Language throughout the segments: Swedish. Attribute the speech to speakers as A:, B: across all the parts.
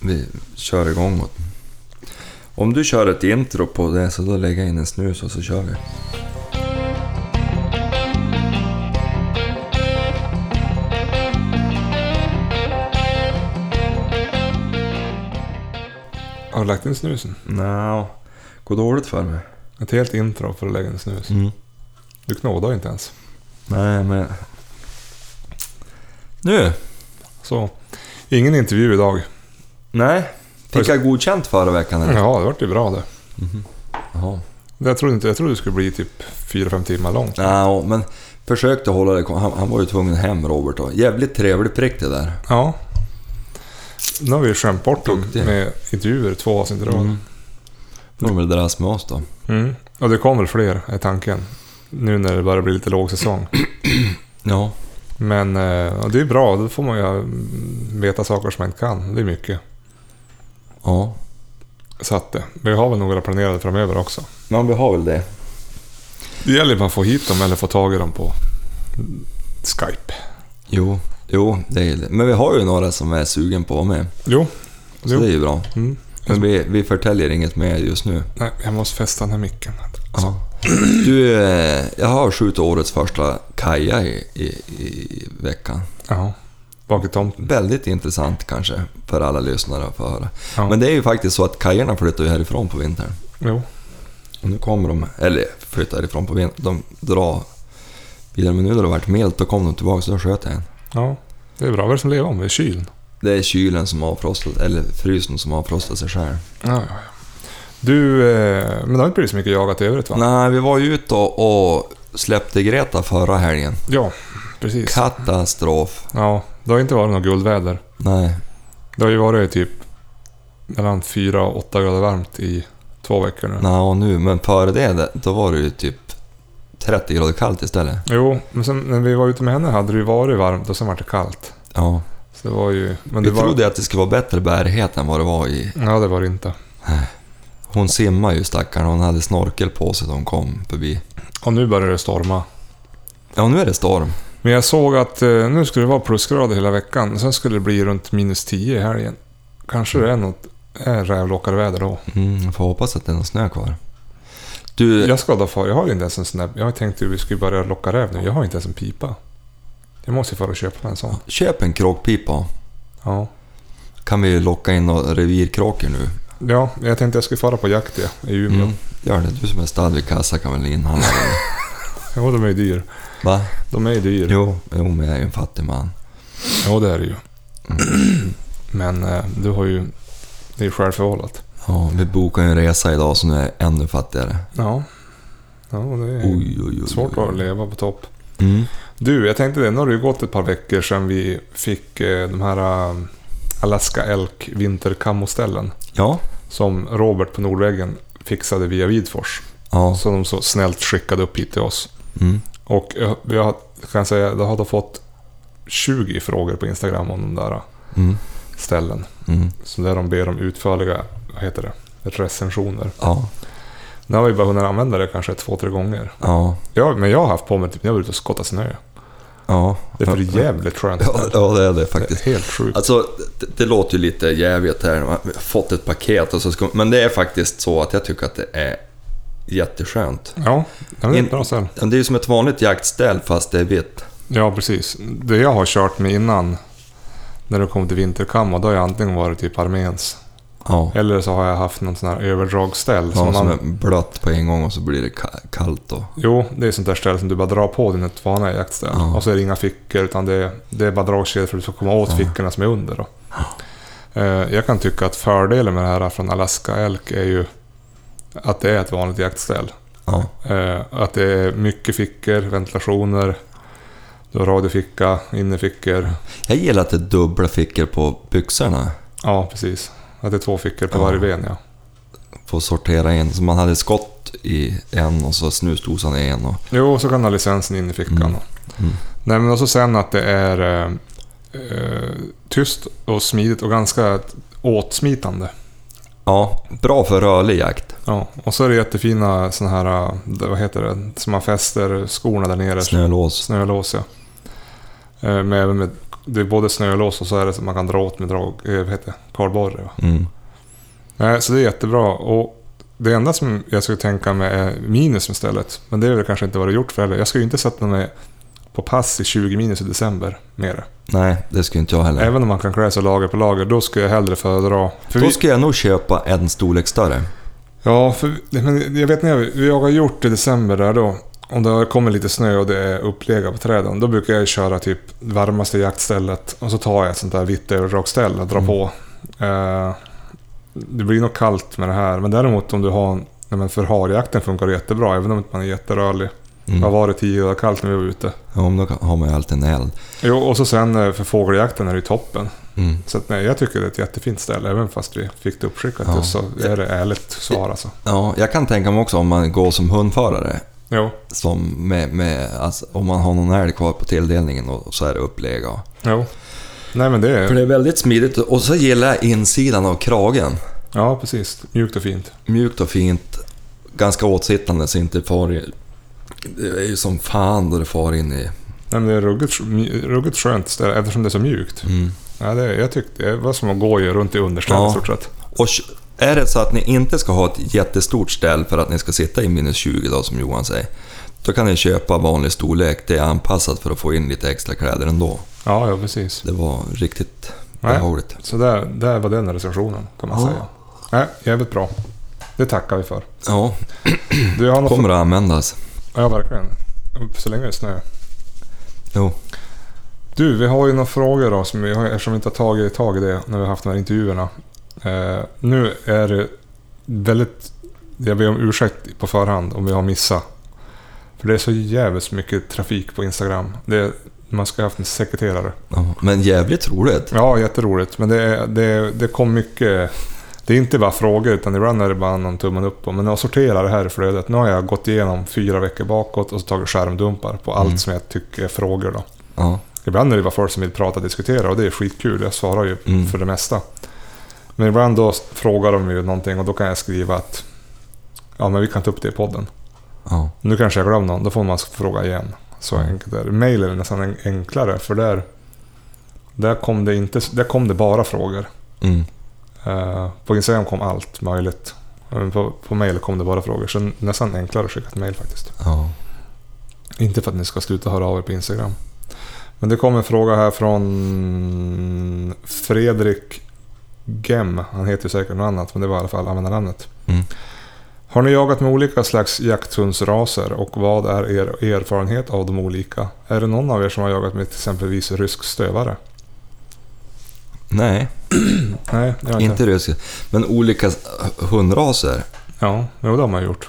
A: vi kör igång. Och... Om du kör ett intro på det så då lägger jag in en snus och så kör vi.
B: Har du lagt in snusen?
A: Nja, går dåligt för mig.
B: Ett helt intro för att lägga in snus.
A: Mm.
B: Du knådar ju inte ens.
A: Nej, men... Nu!
B: Så, ingen intervju idag.
A: Nej, fick jag godkänt förra veckan eller?
B: Ja, det vart ju bra det.
A: Jaha.
B: Jag trodde, inte, jag trodde det skulle bli typ 4-5 timmar långt.
A: Ja, men försökte hålla det han, han var ju tvungen hem Robert och jävligt trevlig prick det där.
B: Ja. Nu har vi skämt bort dem
A: Duktig. Mm.
B: med intervjuer två avsnitt i rad.
A: Får de väl dras med oss då.
B: Mm. Och det kommer fler, är tanken. Nu när det börjar bli lite låg säsong.
A: Ja.
B: Men eh, ja, det är bra, då får man ju mm, veta saker som man inte kan. Det är mycket.
A: Ja.
B: Så att, eh, vi har väl några planerade framöver också.
A: Men vi har väl det.
B: Det gäller bara att få hit dem eller få tag i dem på Skype.
A: Jo, jo, det är ju det. Men vi har ju några som är sugen på med.
B: Jo.
A: Så
B: Jo.
A: det är ju bra.
B: Mm.
A: Men vi, vi förtäljer inget mer just nu.
B: Nej, jag måste fästa den här micken.
A: Ja. Du, eh, jag har skjutit årets första kaja i, i, i veckan.
B: Ja. Bak i tomten.
A: Väldigt intressant kanske för alla lyssnare att få höra.
B: Ja.
A: Men det är ju faktiskt så att kajerna flyttar ju härifrån på vintern.
B: Jo.
A: Och nu kommer de, eller flyttar härifrån på vintern, de drar vidare. Men nu när det har varit milt, då kom de tillbaka så då sköt jag en.
B: Ja. Det är bra. Vad är det som lever om? Det är kylen.
A: Det är kylen som avfrostat, eller frysen som avfrostat sig själv.
B: Ja, ja, ja. Du, eh, men det har inte blivit så mycket jagat i övrigt va?
A: Nej, vi var ju ute och, och släppte Greta förra helgen.
B: Ja, precis.
A: Katastrof.
B: Ja, det har inte varit något guldväder.
A: Nej.
B: Det har ju varit typ mellan 4 och 8 grader varmt i två veckor nu.
A: Nej, och nu, men före det, då var det ju typ 30 grader kallt istället.
B: Jo, men sen när vi var ute med henne hade det ju varit varmt och sen var det kallt.
A: Ja.
B: Så det var ju... Men
A: Vi
B: det var,
A: trodde att det skulle vara bättre bärighet än vad det var i...
B: Ja, det var det inte.
A: Hon simmar ju stackarn, hon hade snorkel på sig när hon kom förbi.
B: Och nu börjar det storma.
A: Ja, nu är det storm.
B: Men jag såg att eh, nu skulle det vara plusgrader hela veckan. Sen skulle det bli runt minus 10 i helgen. Kanske det är något är rävlockarväder då.
A: Mm, jag får hoppas att det är någon snö kvar. Du,
B: Jag ska då få, jag har ju inte ens en snäpp. Jag har tänkt att vi skulle börja locka räv nu. Jag har inte ens en pipa. Jag måste ju fara och köpa mig en sån.
A: köp en kråkpipa.
B: Ja.
A: Kan vi locka in några revirkråkor nu?
B: ja, jag tänkte jag skulle fara på jakt ja, i Umeå.
A: Mm. Gör det. Du som är stad vid kassa kan väl inhandla det?
B: Jo, de är ju dyr.
A: Va?
B: De är ju dyr. Jo,
A: Jo, jo, men jag är ju en fattig man.
B: det är det ju. Men eh, du har ju... Det är ju självförvållat.
A: Ja, vi bokade ju en resa idag så nu är jag ännu fattigare.
B: Ja. Ja, det är
A: Oj, oj, oj. oj.
B: Mm. svårt att leva på topp.
A: Mm.
B: Du, jag tänkte det. Nu har det ju gått ett par veckor sedan vi fick eh, de här eh, Alaska Elk vinterkammoställen
A: Ja.
B: som Robert på Nordvägen fixade via Vidfors.
A: Ja.
B: Som de så snällt skickade upp hit till oss.
A: Mm.
B: Och eh, vi har, kan jag säga, jag har då fått 20 frågor på Instagram om de där eh,
A: Mm.
B: ställen.
A: Mm.
B: Så där de ber om utförliga, vad heter det, recensioner.
A: Ja.
B: Nu har vi bara hunnit använda det kanske två, tre gånger.
A: Ja.
B: Ja, men jag har haft på mig typ när jag var ute och skottade snö.
A: Ja.
B: Det är för jävligt skönt.
A: Ja, ja, det är det
B: Det
A: faktiskt.
B: är helt sjukt.
A: Alltså, det, det låter ju lite jävligt här. Man har fått ett paket och så ska, Men det är faktiskt så att jag tycker att det är jätteskönt.
B: Ja, det är
A: In-
B: ett bra ställe.
A: Ja, Det är ju som ett vanligt jaktställ fast det är vitt.
B: Ja, precis. Det jag har kört med innan, när det kommer till vinterkamma, då har jag antingen varit typ arméns.
A: Ja.
B: Eller så har jag haft någon sån här överdragsställ.
A: Ja,
B: som
A: som är
B: man,
A: blött på en gång och så blir det ka- kallt då.
B: Jo, det är sånt där ställe som du bara drar på din ett vanliga jaktställ.
A: Ja.
B: Och så är det inga fickor, utan det är, det är bara dragkedjor för att du ska komma åt fickorna som är under. Då. Eh, Jag kan tycka att fördelen med det här från Alaska Elk är ju att det är ett vanligt jaktställ.
A: Ja.
B: Eh, Att det är mycket fickor, ventilationer, du har radioficka, innerfickor.
A: Jag gillar att det är dubbla fickor på byxorna.
B: Ja, precis. Att det är två fickor på
A: Ja.
B: varje ben, ja.
A: Får sortera in. Så man hade skott i en och så snusdosan i en. Och...
B: Jo, så kan du ha licensen in i fickan.
A: Mm. Mm.
B: Nej, men också sen att det är eh, eh, tyst och smidigt och ganska åtsmitande.
A: Ja, bra för rörlig jakt.
B: Ja, och så är det jättefina sådana här, eh, vad heter det, som man fäster skorna där nere.
A: Snölås.
B: Snölås, ja. Eh, Men även med det är både snölås och så är det så man kan dra åt med drag, eh, vad heter det, kardborre. va.
A: Mm.
B: Nej, så det är jättebra. Och det enda som jag skulle tänka mig är minus istället. Men det är väl kanske inte vad det är gjort för heller. Jag skulle ju inte sätta mig på pass i 20 minus i december med det.
A: Nej, det skulle inte jag heller.
B: Även om man kan klä sig lager på lager, då skulle jag hellre föredra... Eh, För
A: Då
B: vi,
A: ska jag nog köpa en storlek större.
B: ja, för vi- men jag vet när jag, jag har gjort i december där då. Om det har kommit lite snö och det är upplega på träden, då brukar jag köra typ varmaste jaktstället och så tar jag ett sånt där vitt överdragsställ och drar
A: Mm.
B: på. Eh, det blir nog kallt med det här, men däremot om du har en... Nej, men för harjakten funkar det jättebra, även om man är jätterörlig.
A: Mm.
B: Vad var det 10 grader kallt när vi var ute?
A: Ja, om då kan- har man ju alltid en eld.
B: Jo, och så sen eh, för fågeljakten är det ju toppen.
A: Mm.
B: Så att, nej, jag tycker det är ett jättefint ställe, även fast vi fick det uppskickat
A: Ja.
B: just så är det ärligt svar alltså.
A: Ja, jag kan tänka mig också om man går som hundförare.
B: Jo,
A: Som med, med, alltså, om man har någon älg kvar på tilldelningen och så är det upplega.
B: jo. Nej men det
A: För
B: är...
A: det är väldigt smidigt och så gillar jag insidan av kragen.
B: Ja, precis. Mjukt och fint.
A: Mjukt och fint, ganska åtsittande så inte far i... Det är ju som fan då det far in i...
B: Nej men det är ruggigt, ruggigt skönt ställe eftersom det är så mjukt.
A: Mm.
B: Ja, det, jag tyckte det var som att gå ju runt i underställ
A: Ja.
B: i stort sett.
A: Och k- är det så att ni inte ska ha ett jättestort ställ för att ni ska sitta i minus 20 då som Johan säger. Då kan ni köpa vanlig storlek, det är anpassat för att få in lite extra kläder ändå.
B: Ja, ja precis.
A: Det var riktigt
B: Nej.
A: behagligt.
B: Så där, där var den recensionen kan man
A: Ja.
B: säga. Nej, jävligt bra. Det tackar vi för.
A: Ja,
B: Du, jag har något...
A: kommer att användas.
B: Ja, verkligen. Så länge det är snö.
A: Jo.
B: Du, vi har ju några frågor då, som vi har, eftersom vi inte har tagit tag i det när vi har haft de här intervjuerna. Eh, nu är det väldigt... Jag ber om ursäkt på förhand om vi har missat. För det är så jävligt mycket trafik på Instagram. Det, man ska ha haft en sekreterare.
A: Ja, men jävligt roligt.
B: Ja, jätteroligt. Men det, är- det, det kom mycket... Det är inte bara frågor, utan ibland är det bara någon tummen upp. och- Men jag sorterar det här i flödet. Nu har jag gått igenom fyra veckor bakåt och så tagit skärmdumpar på allt
A: Mm.
B: som jag tycker är frågor. Då.
A: Ja.
B: Ibland är det bara folk som vill prata och diskutera och det är skitkul. Jag svarar ju
A: Mm.
B: för det mesta. Men ibland då frågar de ju någonting och då kan jag skriva att ja, men vi kan ta upp det i podden.
A: ja.
B: Nu kanske jag glömmer någon, då får man fråga igen. Så enkelt är det. Mail är nästan en- enklare för där, där, kom det inte, där kom det bara frågor.
A: Mm.
B: Eh, på Instagram kom allt möjligt. Men på, på mail kom det bara frågor. Så nästan enklare att skicka ett mail faktiskt.
A: Ja.
B: Inte för att ni ska sluta höra av er på Instagram. Men det kom en fråga här från Fredrik Gem. Han heter ju säkert något annat, men det var i alla fall användarnamnet.
A: Mm.
B: Har ni jagat med olika slags jakthundsraser och vad är er erfarenhet av de olika? Är det någon av er som har jagat med till exempelvis rysk stövare?
A: Nej,
B: Nej, det har jag inte.
A: inte rysk. Men olika s- hundraser.
B: Ja, jo, det har man gjort.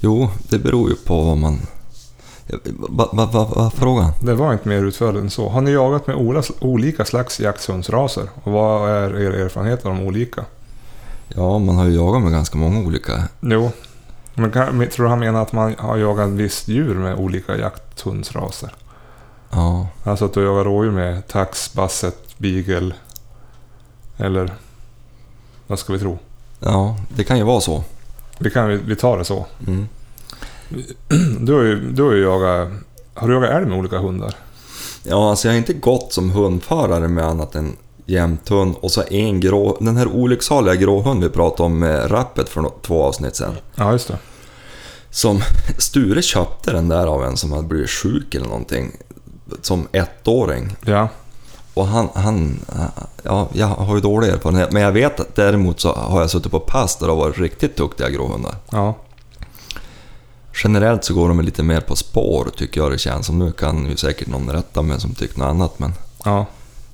A: Jo, det beror ju på vad man... Vad va, va, va, frågan?
B: Det var inte mer utförligt än så. Har ni jagat med ola- olika slags jakthundsraser? Och vad är er erfarenhet av de olika?
A: Ja, man har ju jagat med ganska många olika.
B: Jo. Men kan, men tror du han menar att man har jagat visst djur med olika jakthundsraser?
A: Ja,
B: Alltså att du jagar rådjur med tax, basset, beagle eller vad ska vi tro?
A: ja det kan ju vara så.
B: Vi, kan, vi, vi tar det så.
A: Mm.
B: Du har ju, du har ju jagat, har du jagat älg med olika hundar?
A: Ja, alltså jag har inte gått som hundförare med annat än jämthund och så en grå... Den här olycksaliga gråhund vi pratade om med rappet för nå- två avsnitt sedan.
B: Ja, just det.
A: Som Sture köpte den där av en som hade blivit sjuk eller någonting. Som ettåring.
B: Ja,
A: Och han, han, ja, jag har ju dålig erfarenhet, men jag vet att däremot så har jag suttit på pass där det har varit riktigt duktiga gråhundar.
B: ja,
A: Generellt så går de väl lite mer på spår tycker jag det känns som. Nu kan ju säkert någon rätta mig som tycker något annat, men
B: ja,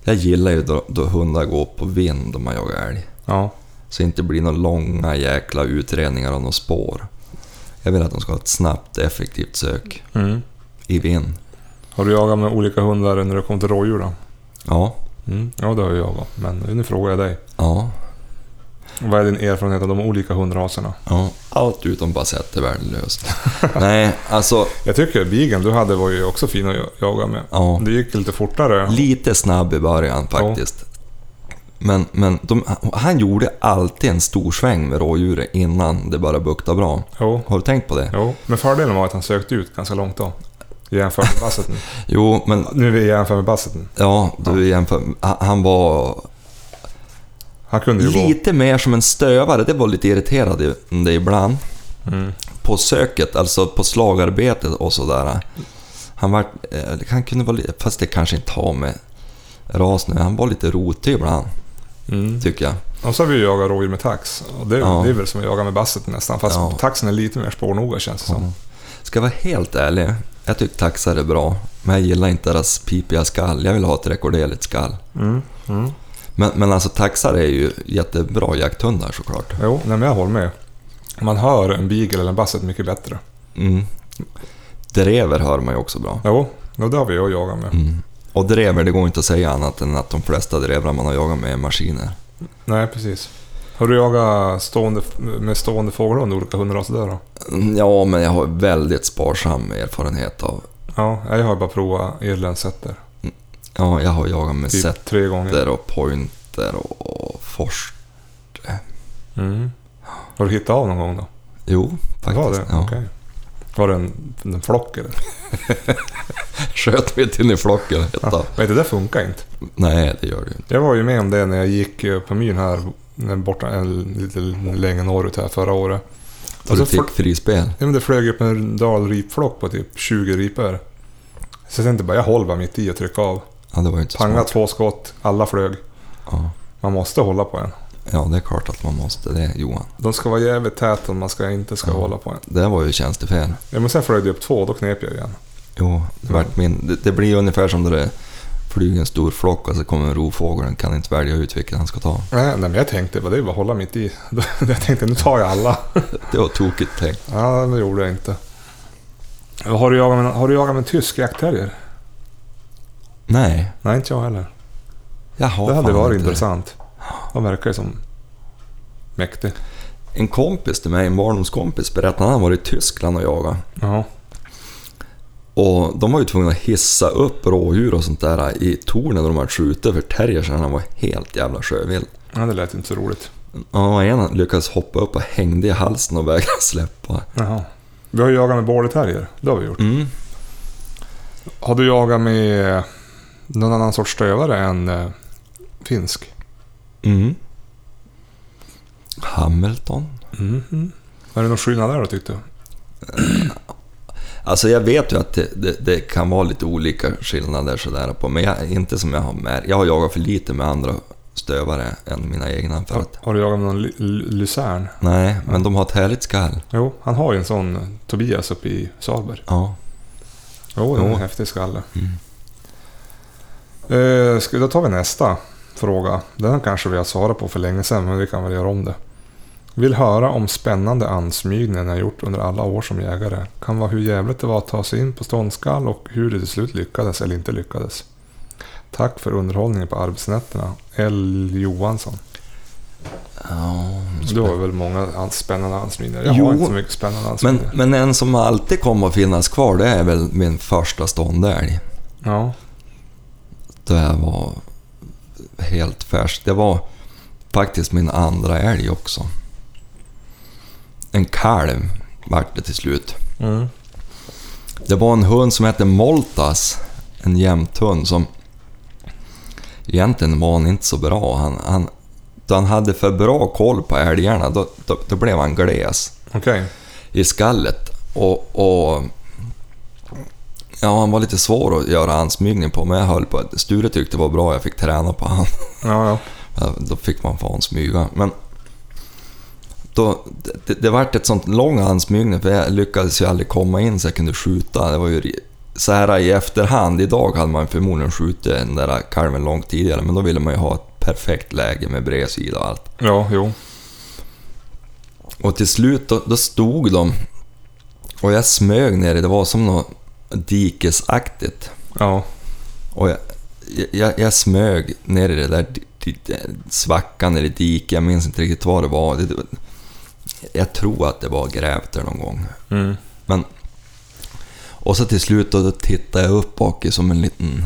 A: jag gillar ju då, då hundar går på vind om man jagar älg.
B: ja.
A: Så det inte blir några långa jäkla utredningar av några spår. Jag vill att de ska ha ett snabbt, effektivt sök
B: Mm.
A: i vind.
B: Har du jagat med olika hundar när det kommer till rådjur då?
A: Ja,
B: Mm. Ja, det har jag jagat. Men nu frågar jag dig.
A: ja,
B: Vad är din erfarenhet av de olika hundraserna?
A: ja. Allt utom basett är värdelöst. Nej, alltså,
B: Jag tycker beagle du hade var ju också fin att jag- jaga med.
A: ja.
B: Det gick lite fortare.
A: Lite snabb i början faktiskt. Men, men de, han gjorde alltid en stor sväng med rådjuret innan det började bukta bra.
B: Jo,
A: Har du tänkt på det?
B: jo, men fördelen var att han sökte ut ganska långt då. jämfört med Basseten.
A: Jo, men
B: Nu är vi jämfört med Basseten.
A: ja, du jämför. ha- Han var
B: Han kunde ju gå.
A: lite mer som en stövare. Det var lite irriterande ibland.
B: Mm.
A: På söket, alltså på slagarbetet och sådär. Han, var, eh, han kunde vara lite, fast det kanske inte har med ras nu. Han var lite rotig ibland,
B: Mm.
A: tycker jag.
B: Och så har vi ju jagat rådjur med tax. Och det,
A: Ja.
B: det är väl som att jaga med Basseten nästan. Fast
A: Ja.
B: taxen är lite mer spårnoga känns det som.
A: Ja. Ska jag vara helt ärlig, jag tycker taxar är bra. Men jag gillar inte deras pipiga skall. Jag vill ha ett rekorderligt skall.
B: Mm. Mm.
A: Men, men alltså taxar är ju jättebra jakthundar såklart.
B: Jo, nej, men jag håller med. Man hör en beagle eller en basset mycket bättre.
A: Mm. Drever hör man ju också bra.
B: Jo, och det har vi ju att jaga med.
A: Mm. Och drever, det går inte att säga annat än att de flesta drevrar man har jagat med är maskiner.
B: Nej, precis. Har du jagat stående, med stående fågelhund olika hundraser där då?
A: Mm, Ja, men jag har väldigt sparsam erfarenhet av...
B: Ja, jag har bara provat irländsetter.
A: Ja, jag har jagat med
B: Typ
A: setter
B: tre gånger.
A: och pointer och fors.
B: Mm. Har du hittat av någon gång då?
A: Jo, faktiskt.
B: Var det?
A: Ja.
B: Okej. Var det en, en flock eller?
A: Sköt mitt in i flocken. helt av.
B: Men det där funkar inte.
A: Nej, det gör det ju inte.
B: Jag var ju med om det när jag gick eh, på myn här när- borta en, lite längre norrut här förra året.
A: Och
B: Alltså,
A: du fick
B: folk-
A: frispel.
B: Ja, men det flög upp en dalripflock på typ 20 ripor. Så jag tänkte bara, jag håller bara mitt i och trycker av.
A: Ja, det var ju inte så
B: Panga
A: smart.
B: två skott, alla flög.
A: Ja.
B: Man måste hålla på en.
A: ja, det är klart att man måste det, Johan.
B: De ska vara jävligt täta, man ska inte ska
A: Ja.
B: hålla på en.
A: Det var ju tjänstefel.
B: Ja, men sen flög det upp två, då knep jag igen.
A: Jo, det, vart min, det, det blir ungefär som när det flyger en stor flock och så kommer en rovfågel och kan inte välja ut vilken han ska ta.
B: Nej, nej men jag tänkte bara, det är bara att hålla mitt i. jag tänkte, nu tar jag alla.
A: Det var tokigt tänkt.
B: Ja, det gjorde jag inte. Har du jagat med, har du jagat med tysk jaktterrier?
A: Nej,
B: Nej, inte jag heller.
A: jag har
B: det hade
A: fan
B: varit
A: inte
B: intressant. De verkar ju som mäktig.
A: En kompis till mig, en barndomskompis, berättade att han var i Tyskland och jagade.
B: Ja.
A: Och de var ju tvungna att hissa upp rådjur och sånt där i tornen där de hade skjutit för terrier sedan han var helt jävla sjövild.
B: ja, det lät inte så roligt.
A: Ja, en lyckades hoppa upp och hängde i halsen och vägrade släppa.
B: Jaha. Vi har ju jagat med border terrier. Det har vi gjort.
A: Mm.
B: Har du jagat med eh, någon annan sorts stövare än eh, finsk?
A: Mm. Hamilton.
B: Mhm. Är det någon skillnad där då tyckte du?
A: Alltså jag vet ju att det, det, det kan vara lite olika skillnader sådär på, men jag, inte som jag har märkt. Jag har jagat för lite med andra stövare än mina egna för att...
B: Har du jagat med någon ly- ly- lucern?
A: Nej, men de har ett härligt skall.
B: Jo, han har ju en sån eh, Tobias uppe i Salberg.
A: Ja.
B: Jo, det är en
A: Jo.
B: häftig skalle.
A: Mm.
B: Eh, ska, då tar vi nästa fråga. Den här kanske vi har svarat på för länge sedan, men vi kan väl göra om det. Vill höra om spännande ansmygningar ni har gjort under alla år som jägare. Kan vara hur jävligt det var att ta sig in på ståndskall och hur det till slut lyckades eller inte lyckades. Tack för underhållningen på arbetsnätterna. L. Johansson.
A: ja.
B: Du har väl många ans- spännande ansmygningar? Jag
A: Mm, Jo,
B: har inte så mycket spännande
A: Men,
B: ansmygningar.
A: men en som alltid kommer att finnas kvar, det är väl min första ståndälg.
B: Ja.
A: Då jag var helt färsk. Det var faktiskt min andra älg också. En kalv vart det till slut.
B: Mm.
A: Det var en hund som hette Moltas, en jämthund som... Egentligen var han inte så bra. Han, han, då han hade för bra koll på älgarna, då, då, då blev han gles
B: Okej.
A: i skallet. Och, och... Ja, han var lite svår att göra ansmygning på, men jag höll på... Sture tyckte det var bra, jag fick träna på han.
B: Ja, ja.
A: Ja, Då fick man fan smyga. Men då, det, det, det vart ett sånt lång ansmygning för jag lyckades ju aldrig komma in så jag kunde skjuta. Det var ju ri- så här i efterhand, idag hade man förmodligen skjutit den där kalven långt tidigare men då ville man ju ha ett perfekt läge med bredsida och allt.
B: Ja, jo.
A: Och till slut då, då stod de och jag smög ner i, det var som något dikesaktigt.
B: Ja.
A: Och jag, jag, jag smög ner i det där di- di- svackan eller diket, jag minns inte riktigt vad det var. Det, det, var- jag tror att det var grävt där någon gång.
B: Mm.
A: Men, och så till slut då, då tittade jag upp bak i som en liten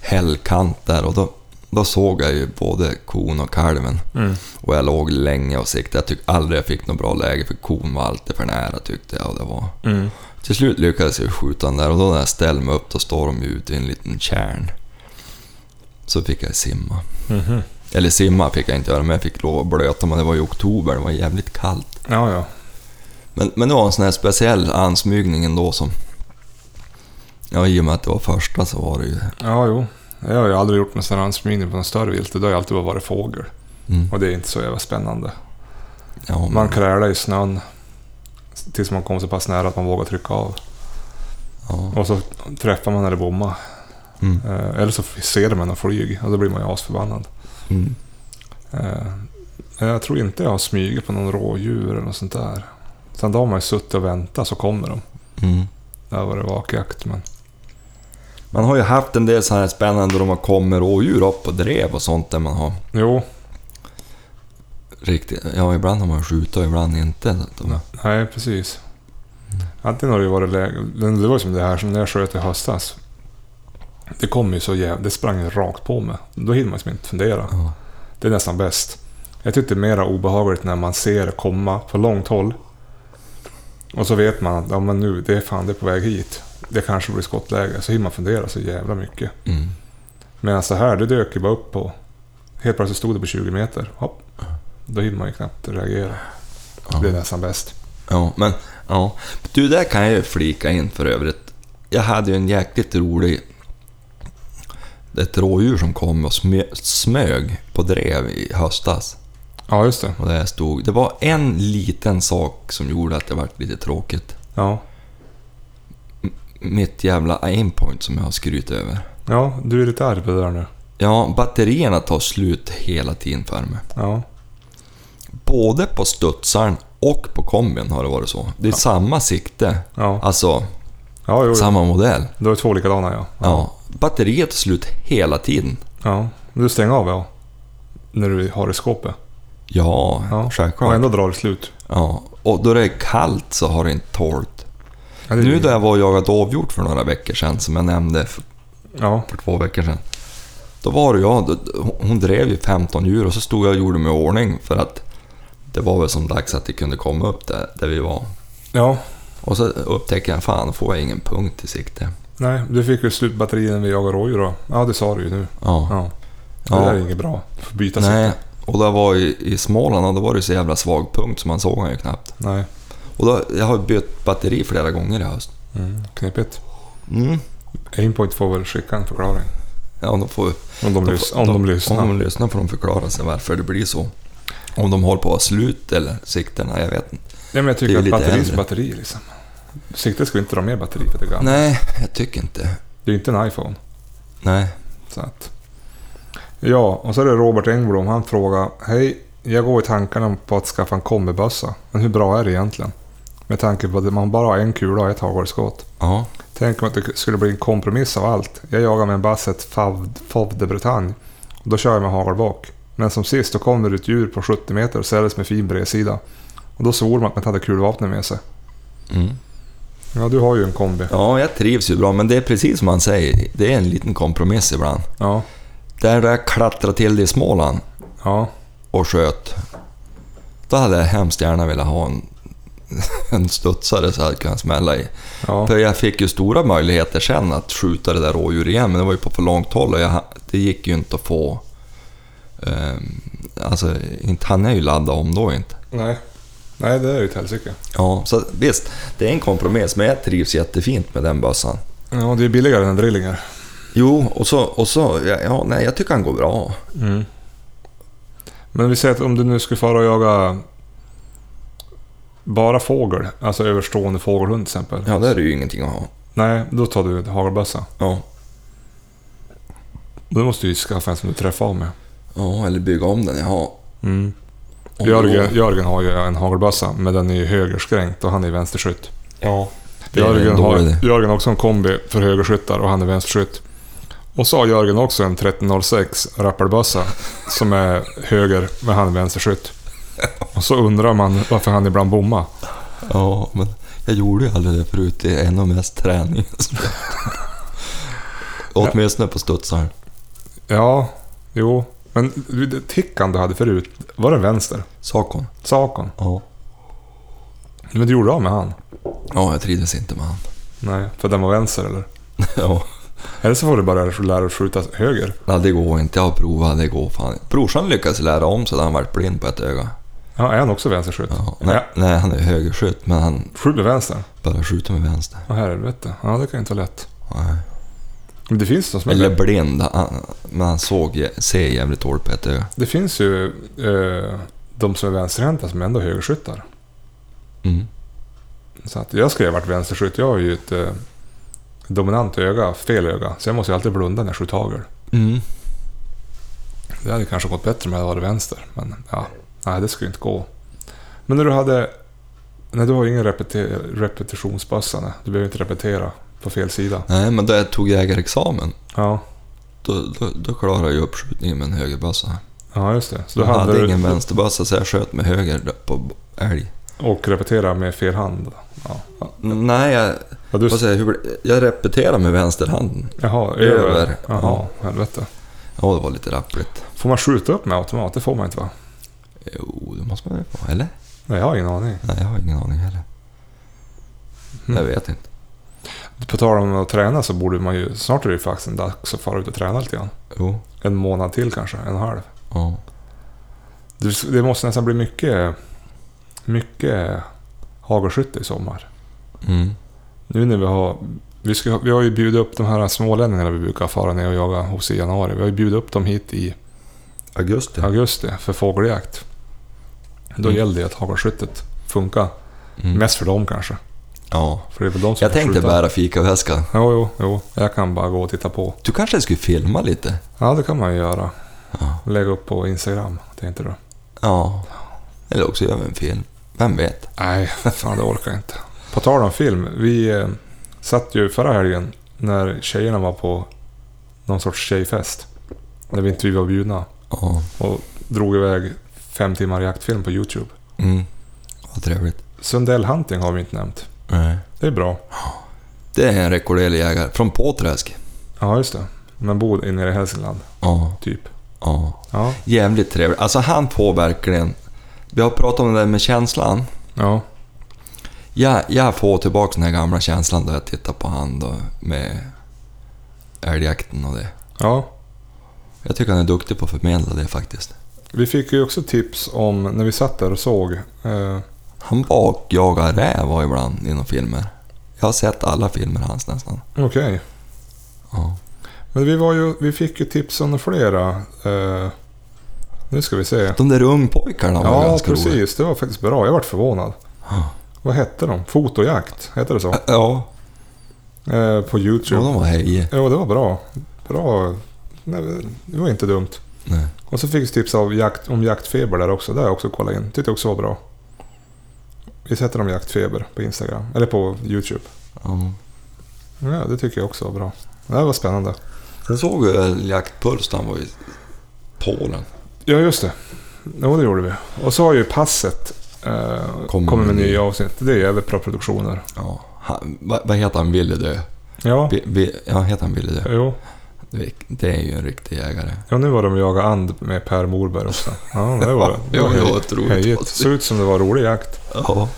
A: hällkant där och då Då såg jag ju både kon och kalven.
B: Mm.
A: Och jag låg länge och siktade. Jag tyckte aldrig jag fick något bra läge för kon var alltid för nära tyckte jag. Och det var.
B: Mm.
A: Till slut lyckades jag skjuta den där och då när jag ställde mig upp då står de ju ute i en liten kärn. Så fick jag simma.
B: Mhm.
A: Eller simma fick jag inte göra men jag fick lov att blöta men det var ju oktober, det var jävligt kallt.
B: Ja, ja.
A: Men, men det var en sån här speciell ansmygning ändå som... Ja, i och med att det var första så var det ju...
B: Ja, jo. Jag har ju aldrig gjort någon sån här ansmygning på någon större vilt. Det har ju alltid bara varit fågel.
A: Mm,
B: Och det är inte så jävla spännande.
A: ja, men,
B: Man krälar i snön tills man kommer så pass nära att man vågar trycka av.
A: ja,
B: Och så träffar man när det bommar.
A: mm,
B: Eh, Eller så ser man och flyg och då blir man ju asförbannad.
A: mm.
B: Eh, Jag tror inte jag har smugit på någon rådjur eller något sånt där. Sen då har man ju suttit och väntat så kommer de.
A: Mm.
B: Där var det vakjakt men...
A: Man har ju haft en del så här spännande då de har kommit rådjur upp och drev och sånt där man har
B: Jo,
A: riktigt... Ja, ibland har man skjutit och ibland inte. De,
B: nej precis. Antingen har det ju varit läge... men Det var ju som det här som när jag sköt i höstas. Det kom ju så jävla... Det sprang ju rakt på mig. Då hinner man ju som inte fundera.
A: ja,
B: Det är nästan bäst. Jag tyckte det är mera obehagligt när man ser det komma på långt håll. Och så vet man att ja, men nu, det är fan det är på väg hit. Det kanske blir skottläge. Så hinner man fundera så jävla mycket.
A: mm.
B: Medan så här, det dök ju bara upp på... Helt plötsligt stod det på 20 meter. Hopp. Då hinner man ju knappt reagera.
A: Ja.
B: Det är nästan bäst.
A: Ja, men ja. Du, där kan jag ju flika in för övrigt. Jag hade ju en jäkligt rolig... Ett rådjur som kom och smö, smög på drev i höstas.
B: Ja, just det.
A: Och där jag stod. Det var en liten sak som gjorde att det vart lite tråkigt.
B: Ja.
A: Mitt jävla aimpoint som jag har skryt över.
B: ja, du är lite arg på det där nu.
A: Ja, batterierna tar slut hela tiden för mig.
B: Ja.
A: Både på studsaren och på kombin har det varit så. Det är samma sikte.
B: Ja,
A: Alltså,
B: ja jo, jo.
A: samma modell.
B: Då är det två likadana ja.
A: Ja, batteriet tar slut hela tiden.
B: Ja. Du stänger av ja. När du har det i skåpet.
A: Ja,
B: Ja. Och
A: självklart.
B: ändå drar det slut.
A: Ja. Och då det är kallt så har det inte tålt.
B: Ja, det är
A: Nu
B: ju-
A: då jag var och jagade dovhjort för några veckor sedan, som jag nämnde för,
B: Ja,
A: för två veckor sedan. Då var det jag, då- hon drev ju 15 djur och så stod jag och gjorde mig i ordning för att det var väl som dags att det kunde komma upp där, där vi var.
B: ja.
A: Och så upptäckte jag, fan får jag ingen punkt i sikte.
B: Nej, du fick ju slut batteriet när vi jagade rådjur då. Ja, det sa du ju nu.
A: Ja.
B: Ja. Det
A: Ja.
B: där är inget bra. Du får byta
A: Nej,
B: sikte.
A: och då var jag i, i Småland och då var det så jävla svag punkt så man såg han ju knappt.
B: Nej.
A: Och då, jag har bytt batteri flera gånger i höst.
B: Mm. Knepigt.
A: Mm.
B: Aimpoint får väl skicka en förklaring.
A: Ja, de får
B: Om de, lys- om de lyssnar.
A: Om de lyssnar får de förklara sig varför det blir så. Om de håller på att sluta eller sikterna, jag vet inte.
B: Nej, men jag
A: Det är
B: tycker
A: ju
B: att
A: lite
B: batteriet
A: äldre.
B: är batteri liksom. Siktet ska inte dra mer batteri för det är gammalt.
A: Nej, jag tycker inte.
B: Det är ju inte en iPhone.
A: Nej.
B: Så att. Ja, och så är det Robert Engblom. Han frågar Hej, jag går i tankarna på att skaffa en kombibössa. Men hur bra är det egentligen? Med tanke på att man bara har en kula och ett hagelskott.
A: Ja.
B: Tänk om att det skulle bli en kompromiss av allt. Jag jagar med en Basset Favd- Fave de Bretagne. Och då kör jag med hagelbak. Men som sist, då kommer det ett djur på 70 meter och säljs med fin bredsida. Och då svor man att man inte hade kulvapnet med sig.
A: Mm.
B: Ja, du har ju en kombi.
A: Ja, jag trivs ju bra, men det är precis som han säger. Det är en liten kompromiss ibland.
B: Ja,
A: Där då jag klättrade till det i Småland
B: ja,
A: och sköt. Då hade jag hemskt gärna velat ha en, en studsare så jag kunde smälla i.
B: ja.
A: För jag fick ju stora möjligheter sen att skjuta det där rådjuret igen, men det var ju på för långt håll och jag, det gick ju inte att få... ehm, alltså, inte hann jag ju ladda om då inte.
B: Nej. Nej, det är ju ett helsike.
A: Ja, så visst, det är en kompromiss, men jag trivs jättefint med den bössan.
B: Ja, det är billigare än drillingar.
A: Jo, och så... Och så ja, ja, nej, jag tycker han går bra.
B: Mm. Men vi säger att om du nu skulle fara och jaga bara fågel, alltså överstående fågelhund till exempel.
A: Ja, det är det ju ingenting att ha.
B: Nej, då tar du en hagelbössa.
A: Ja,
B: Då måste du ju skaffa en som du träffar av med.
A: ja eller bygga om den jag har.
B: Mm.
A: Om det
B: Jörgen,
A: går.
B: Jörgen har ju en hagelbössa, men den är ju högerskränkt och han är vänsterskytt.
A: Ja. Det är
B: Jörgen
A: en
B: har,
A: dålig...
B: Jörgen har också en kombi för högerskyttar och han är vänsterskytt. Och så har Jörgen också en 1306 rappelbössa som är höger, men han är vänsterskytt. Och så undrar man varför han ibland bommar.
A: Ja, men jag gjorde ju aldrig det förut. Det är en av mest träning. Åtminstone på studsaren.
B: Ja, Jo, men du, det Tickan du hade förut, var det vänster?
A: Sakon.
B: Sakon?
A: Ja.
B: Men du gjorde av med han?
A: Ja, jag trivdes inte med han.
B: Nej, för den var vänster eller?
A: ja.
B: Eller så får du bara lära dig skjuta höger.
A: Nej, det går inte. Jag har provat. Det går fan inte. Brorsan lyckades lära om sig. Han vart blind på ett öga.
B: Ja, är han också vänsterskytt?
A: Ja. Nej,
B: Ja.
A: nej, han är högerskytt, men han
B: Skjut med vänster?
A: började skjuta med vänster.
B: Åh helvete. Ja, det kan ju inte vara lätt.
A: Nej.
B: Men det finns de som är
A: Eller blind. Han, men han såg, jä- ser jävligt dåligt på ett öga.
B: Det finns ju eh, de som är vänsterhänta som ändå är högerskyttar.
A: Mm.
B: Så att jag skulle ha varit vänsterskytt. Jag har ju ett eh, dominant öga, fel öga. Så jag måste ju alltid blunda när jag skjuter hagel.
A: Mm.
B: Det hade kanske gått bättre om jag hade varit vänster. Men ja, nej det skulle inte gå. Men när du hade... Nej, du har ju ingen repete- repetitionsbössa. nej. Du behöver inte repetera på fel sida.
A: Nej, men då jag tog jägarexamen,
B: Ja,
A: då, då, då klarade jag uppskjutningen med en högerbössa.
B: ja just det. Så
A: Jag
B: då
A: hade,
B: hade du
A: ingen vänsterbössa, så jag sköt med höger på älg.
B: och repetera med fel hand. Ja,
A: Nej, jag,
B: ja du...
A: vad säger, jag, hur, jag repeterade med vänsterhanden.
B: Jaha,
A: Över.
B: över. Jaha, helvete.
A: Ja, det var lite rappligt.
B: Får man skjuta upp med automat? Det får man inte va?
A: Jo, Eh, oh, det måste man ju få. Eller?
B: Nej, jag har ingen aning.
A: Nej, jag har ingen aning heller.
B: Mm.
A: Jag vet inte.
B: På tal om att träna så borde man ju... Snart är det ju faktiskt dags att fara ut och träna lite grann.
A: Jo,
B: En månad till kanske, en och en halv.
A: ja.
B: Det, det måste nästan bli mycket... Mycket hagelskytte i sommar.
A: Mm.
B: Nu när vi har... Vi, ska, vi har ju bjudit upp de här smålänningarna vi brukar fara ner och jaga hos i januari. Vi har ju bjudit upp dem hit i
A: Augusti?
B: augusti för fågeljakt. Då
A: Mm.
B: gällde det att hagelskyttet funkar.
A: Mm.
B: Mest för dem kanske.
A: Ja.
B: För det är väl de som
A: Jag
B: får
A: tänkte
B: skjuta.
A: bära fikaväskan.
B: Jo, jo, jo. Jag kan bara gå och titta på.
A: Du kanske skulle filma lite?
B: Ja, det kan man ju göra.
A: Ja.
B: Lägga upp på Instagram, tänkte du.
A: Ja. Eller också gör vi en film. Vem vet?
B: Nej, fan det orkar jag inte. På tal om film. Vi eh, satt ju förra helgen när tjejerna var på någon sorts tjejfest. När vi inte vi var bjudna.
A: Ja.
B: Och drog iväg fem timmar jaktfilm på YouTube.
A: Mm. Vad trevligt.
B: Sundell Hunting har vi inte nämnt.
A: Nej.
B: Det är bra.
A: Det är en rekorderlig jägare från Påträsk.
B: Ja, just det. Men bor in nere i Hälsingland,
A: Ja.
B: typ.
A: Ja.
B: Ja,
A: Jävligt trevligt. Alltså han får verkligen... Vi har pratat om det där med känslan.
B: ja.
A: Jag, jag får tillbaka den här gamla känslan då jag tittar på han då med älgjakten och det.
B: ja.
A: Jag tycker han är duktig på att förmedla det faktiskt.
B: Vi fick ju också tips om, när vi satt där och såg, eh,
A: Han bakjagar räv var ibland inom filmer. Jag har sett alla filmer hans nästan.
B: okej.
A: Ja.
B: Men vi, var ju, vi fick ju tips om flera. Eh, nu ska vi se.
A: De där ungpojkarna var
B: Ja,
A: ganska roliga.
B: precis. Det var faktiskt bra. Jag vart förvånad.
A: Ja.
B: Vad hette de? Fotojakt, hette det så?
A: Ja, ja
B: Eh, på YouTube.
A: de var hej.
B: Jo, det var bra. Bra. Nej, det var inte dumt.
A: Nej.
B: Och så fick vi tips av jakt, om jaktfeber där också. Det har jag också kollat in. Tyckte jag också var bra. Vi sätter om jaktfeber på Instagram. Eller på YouTube.
A: Ja.
B: Ja, det tycker jag också var bra. Det här var spännande.
A: Jag såg ju jaktpuls när han var i Polen.
B: Ja, just det. Jo, det gjorde vi. Och så har ju Passet eh,
A: Kommer
B: kommit med
A: med nya.
B: nya avsnitt. Det är jävligt bra produktioner.
A: Ja. Han, vad, vad heter han? Ville Dö?
B: Ja,
A: Vi, vi, ja, heter han Ville Dö?
B: jo.
A: Det- Det är ju en riktig jägare.
B: Ja, nu var de och jagade and med Per Morberg också. Ja, det var det.
A: Ja, det var
B: hej-
A: otroligt
B: hejigt.
A: avsnitt.
B: Såg ut som det var rolig jakt.
A: Ja.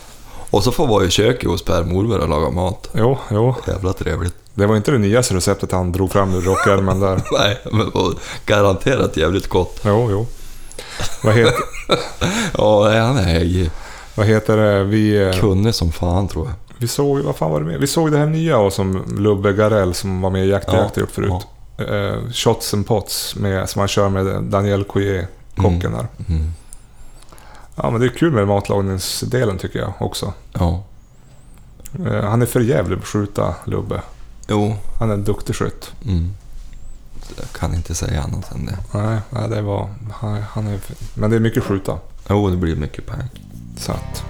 A: Och så får vara i köket hos Per Morberg och laga mat.
B: Jo, jo.
A: Jävla trevligt.
B: Det var inte det nyaste receptet han drog fram ur rockärmen där.
A: Nej, men det var garanterat jävligt gott.
B: Jo, jo. Vad heter,
A: Ja, nej, han är hejig.
B: vad heter det? Vi, eh,
A: Kunnig som fan tror jag.
B: vi såg... Vad fan var det med? Vi såg det här nya och som Lubbe Garell som var med i Jakt och
A: Ja,
B: jakt har gjort förut. Eh, Shots and Pots med, som han kör med Daniel Coué, kocken där.
A: Mm.
B: Ja, men det är kul med matlagningsdelen tycker jag också.
A: Ja.
B: Eh, Han är för jävlig på att skjuta, Lubbe.
A: Jo.
B: Han är en duktig skytt.
A: Mm. Jag kan inte säga annat än det.
B: Nej, nej det var... Han, han är, men det är mycket skjuta.
A: Jo, det blir mycket pengar.
B: Så att...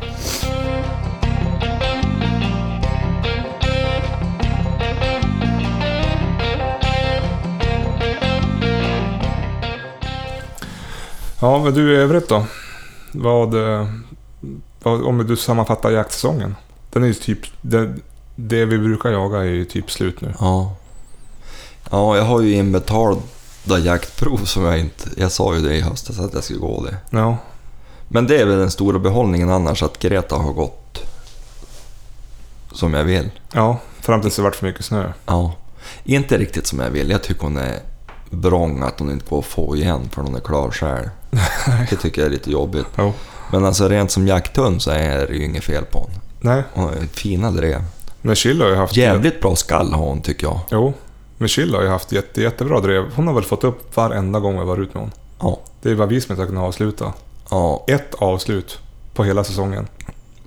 B: Ja, men du i övrigt då? Vad, eh, vad... Om du sammanfattar jaktsäsongen. Den är ju typ... Det, det vi brukar jaga är ju typ slut nu.
A: Ja. Ja, jag har ju inbetald åtta jaktprov som jag inte... Jag sa ju det i höstas att jag skulle gå det.
B: Ja.
A: Men det är väl den stora behållningen annars, att Greta har gått som jag vill.
B: ja, fram tills det vart för mycket snö.
A: Ja. Inte riktigt som jag vill. Jag tycker hon är vrång att hon inte går att få igen för hon är klar själv. Det tycker jag är lite jobbigt.
B: Jo.
A: Men alltså rent som jakthund så är det ju inget fel på hon.
B: Nej,
A: Hon har ju fina drev.
B: men Chilla har ju haft...
A: Jävligt bra skall har hon tycker jag.
B: Jo, men Chilla har ju haft jätte, jättebra drev. Hon har väl fått upp varenda gång vi varit ut med hon.
A: Ja.
B: Det är bara vi som inte har kunnat avsluta.
A: Ja,
B: Ett avslut på hela säsongen.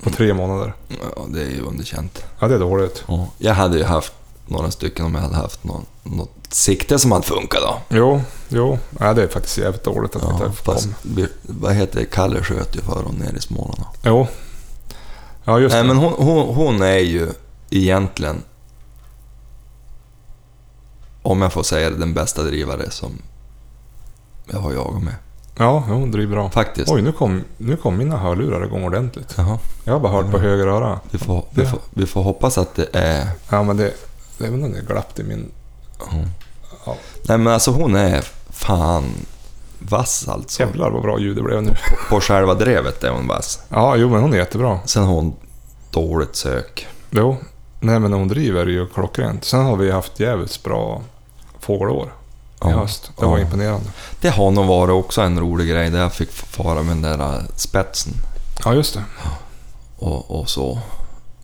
B: På tre månader.
A: ja, det är ju underkänt.
B: Ja, det är dåligt.
A: Ja. Jag hade ju haft några stycken om jag hade haft någon, något sikte som hade funkat då.
B: Jo, jo. Ja, det är faktiskt jävligt dåligt att vi
A: Ja,
B: inte
A: fast,
B: kom.
A: vi- vad heter det? Kalle sköt ju för hon nere i Småland. då.
B: Jo. Ja, just
A: Nej,
B: det.
A: men hon, hon, hon är ju egentligen, om jag får säga det, den bästa drivare som jag har jagat med.
B: Ja, jo, det är bra.
A: Faktiskt.
B: Oj, nu kom, nu kom mina hörlurar igång ordentligt.
A: Jaha,
B: Jag har bara hört på
A: Ja.
B: höger öra.
A: vi, får, vi,
B: Ja.
A: får, vi får hoppas att det är...
B: Ja, men det... Det är väl något glapp i min... Ja.
A: Nej men alltså hon är fan vass alltså.
B: Jävlar vad bra ljud det blev nu.
A: På själva drevet är hon vass.
B: Ja, jo, men hon är jättebra.
A: Sen har hon dåligt sök.
B: Jo. Nej, men hon driver ju klockrent. Sen har vi haft jävligt bra fågelår i
A: Ja.
B: höst. Det var
A: Ja.
B: imponerande.
A: Det har nog varit också en rolig grej där jag fick fara med den där äh, spetsen.
B: Ja, just det.
A: och, och så.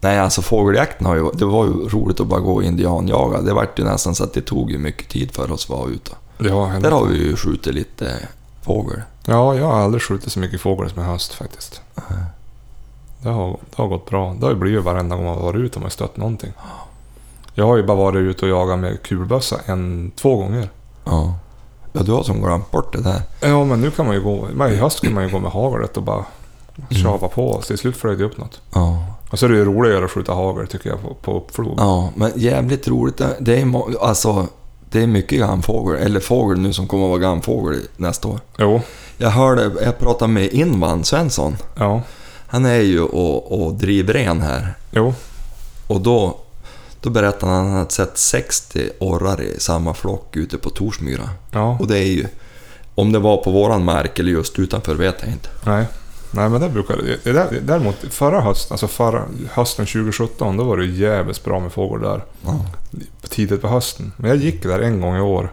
A: Nej, alltså fågeljakten har ju, det var ju roligt att bara gå och indianjaga. Det vart ju nästan så att det tog ju mycket tid för oss att vara ute.
B: Det har hänt.
A: Där har vi ju skjutit lite fågel.
B: Ja, jag har aldrig skjutit så mycket fågel som i höst faktiskt. Det har, det har gått bra. Det har ju blivit varenda gång man har varit ute om man stött någonting. Jag har ju bara varit ute och jagat med kulbössa en, två gånger.
A: Ja. ja, du har som glömt bort det där.
B: Ja, men nu kan man ju gå... Men I höst kan man ju gå med haglet och bara
A: Mm.
B: tjava på. Så till slut flög det upp något.
A: Ja,
B: Och så är det ju roligare att skjuta hagel tycker jag på, på uppflog.
A: ja men jävligt roligt. Det- Det är, må- alltså, det är mycket gammfågel, eller fågel nu som kommer att vara gammfågel i- nästa år.
B: Jo,
A: Jag hörde, jag pratade med Invan Svensson.
B: ja,
A: Han är ju och, och drivren här.
B: jo.
A: Och då, då berättade han att han hade sett 60 orrar i samma flock ute på Torsmyra.
B: Ja,
A: Och det är ju... Om det var på våran mark eller just utanför vet jag inte.
B: nej. Nej, men det brukar det. det där- Däremot förra hösten, alltså förra hösten 2017, då var det ju jävligt bra med fågel där.
A: Ja.
B: tidigt på hösten. Men jag gick där en gång i år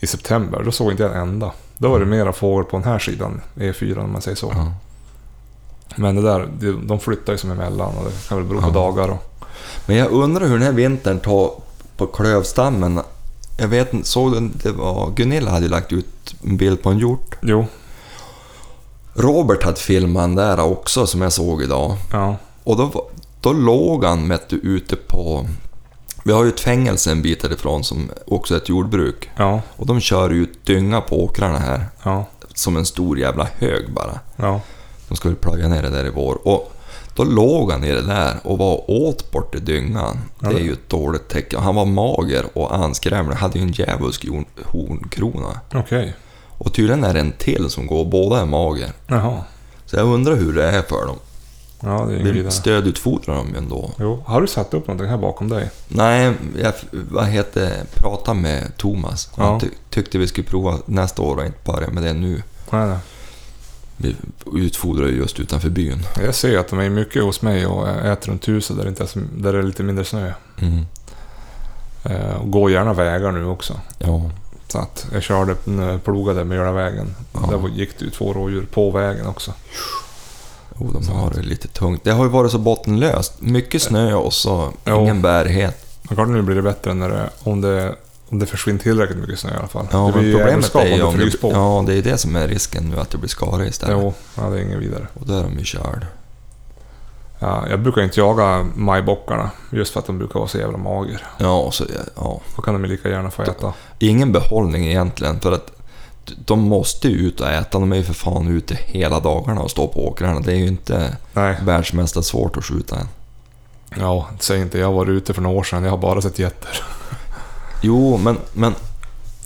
B: i september. Då såg inte jag en enda. Då var det mera fågel på den här sidan, E4 om man säger så.
A: Ja.
B: Men det där, det- de flyttar ju som emellan och det kan väl bero på
A: Ja.
B: dagar och...
A: Men jag undrar hur den här vintern tar på klövstammen. Jag vet inte, såg du det var... Gunilla hade ju lagt ut en bild på en hjort.
B: Jo,
A: Robert hade filmat den där också som jag såg idag.
B: ja.
A: Och då, var- då låg han mätt ute på... Vi har ju ett fängelse en bit därifrån som också är ett jordbruk.
B: Ja,
A: Och de kör ut dynga på åkrarna här.
B: ja,
A: Som en stor jävla hög bara.
B: ja.
A: De skulle plöja ner det där i vår. Och då låg han i det där och var åt bort i dyngan. Det är ju ett dåligt tecken. Han var mager och anskrämlig. Hade ju en djävulsk horn- hornkrona.
B: Okej.
A: Och tydligen är det en till som går. Båda är mager.
B: Jaha.
A: Så jag undrar hur det är för dem.
B: Ja, det är ingen
A: Vi
B: vidare.
A: stödutfodrar dem ju ändå.
B: Jo, har du satt upp någonting här bakom dig?
A: Nej, jag vad heter, pratade med Thomas. Han
B: Ja.
A: ty- tyckte vi skulle prova nästa år och inte börja med det nu.
B: Nej, nej.
A: Vi utfodrar ju just utanför byn.
B: Jag ser att de är mycket hos mig och äter runt huset där det, inte är, så- där det är lite mindre snö.
A: Mm.
B: Eh, och går gärna vägar nu också.
A: Ja.
B: Så att jag körde, eh, plogade Mölavägen.
A: Ja.
B: Där gick det ju två rådjur på vägen också.
A: Jo, de har det lite tungt. Det har ju varit så bottenlöst. Mycket snö och så
B: Jo.
A: ingen bärighet.
B: Men kanske nu blir det bättre när det, om, det, om det försvinner tillräckligt mycket snö i alla fall.
A: Ja,
B: det
A: men
B: blir
A: problemet
B: jävelskap
A: är ju
B: om
A: om
B: det flygs
A: det,
B: på.
A: Ja, det är det som är risken nu, att det blir skare istället.
B: Jo, ja, det är inget vidare.
A: Och då är de ju körd.
B: Ja, jag brukar inte jaga majbockarna just för att de brukar vara så jävla mager.
A: Ja, och så, ja.
B: Då kan de ju lika gärna få äta.
A: Ingen behållning egentligen, för att de måste ju ut och äta. De är ju för fan ute hela dagarna och står på åkrarna. Det är ju inte
B: Nej,
A: världsmästarsvårt att skjuta än.
B: ja, säg inte jag var ute för några år sedan. Jag har bara sett getter.
A: Jo, men... men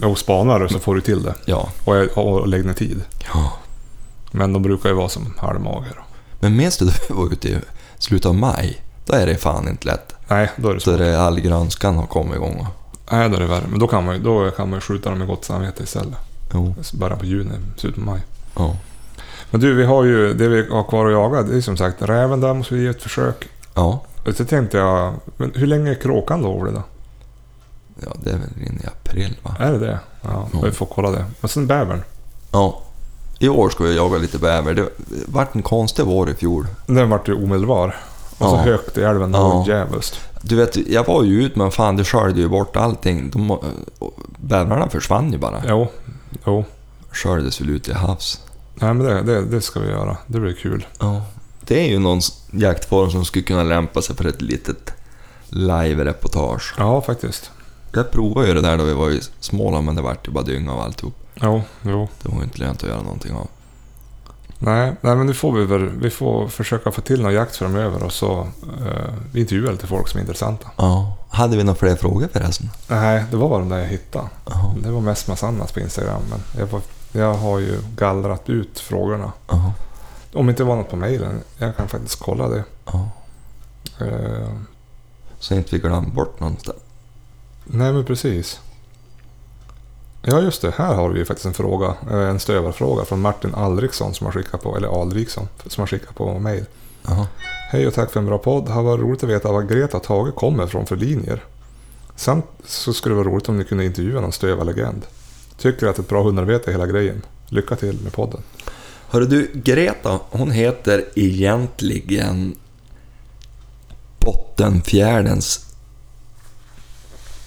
B: Jo, spanar du så får du till det.
A: ja.
B: Och, jag, och lägg ner tid.
A: ja.
B: Men de brukar ju vara som halvmager.
A: Men minns du då vi var ute i slutet av maj? Då är det fan inte lätt.
B: Nej, då är det
A: Så
B: så.
A: är det all grönskan har kommit igång.
B: Nej, då är det värre. Men då kan man ju, då kan man ju skjuta dem med gott samvete istället.
A: Jo.
B: Så Början på juni, slutet på maj.
A: Ja.
B: Men du, vi har ju det vi har kvar att jaga. Det är som sagt räven där måste vi ge ett försök.
A: Ja.
B: Och Så tänkte jag, men hur länge är kråkan lovlig då?
A: ja, det är väl in i april va?
B: Är det det? Ja,
A: Ja.
B: vi får kolla det. Och sen bävern.
A: Ja. I år ska jag jaga lite bäver. Det vart en konstig vår i fjol.
B: Den vart ju omedelbar. Och så
A: Ja.
B: högt i älven, det var
A: Ja.
B: djävulskt.
A: Du vet, jag var ju ut men fan det sköljde ju bort allting. De, eh, och bävrarna försvann ju bara.
B: Jo, jo.
A: Sköljdes väl ut i havs.
B: Nej men det, det, det ska vi göra. Det blir kul.
A: Ja. Det är ju någon s- jaktform som skulle kunna lämpa sig för ett litet live-reportage.
B: Ja, faktiskt.
A: Jag provade ju det där då vi var i Småland men det vart ju bara dynga av alltihop.
B: Jo, jo.
A: Det var ju inte lönt att göra någonting av.
B: Nej, nej men nu får vi väl, vi får försöka få till någon jakt framöver och så eh, vi intervjuar lite folk som är intressanta.
A: Ja. Hade vi några fler frågor förresten?
B: Nej, det var bara de där jag hittade.
A: Ja.
B: Det var mest massa annat på Instagram. Men jag, var, jag har ju gallrat ut frågorna.
A: Ja.
B: Om det inte var något på mejlen. Jag kan faktiskt kolla det.
A: ja.
B: Eh,
A: Så inte vi glömmer bort någonstans.
B: nej, men precis. Ja, just det. Här har vi ju faktiskt en fråga. eh, En stövarfråga från Martin Alriksson som har skickat på, eller Alriksson, som har skickat på mejl.
A: Ja.
B: Hej och tack för en bra podd. Det har varit roligt att veta vad Greta och Tage kommer från för linjer. Samt så skulle det vara roligt om ni kunde intervjua någon stövarlegend. Tycker att ett bra hundarbete är hela grejen. Lycka till med podden.
A: Hörru du, Greta, hon heter egentligen Bottenfjärdens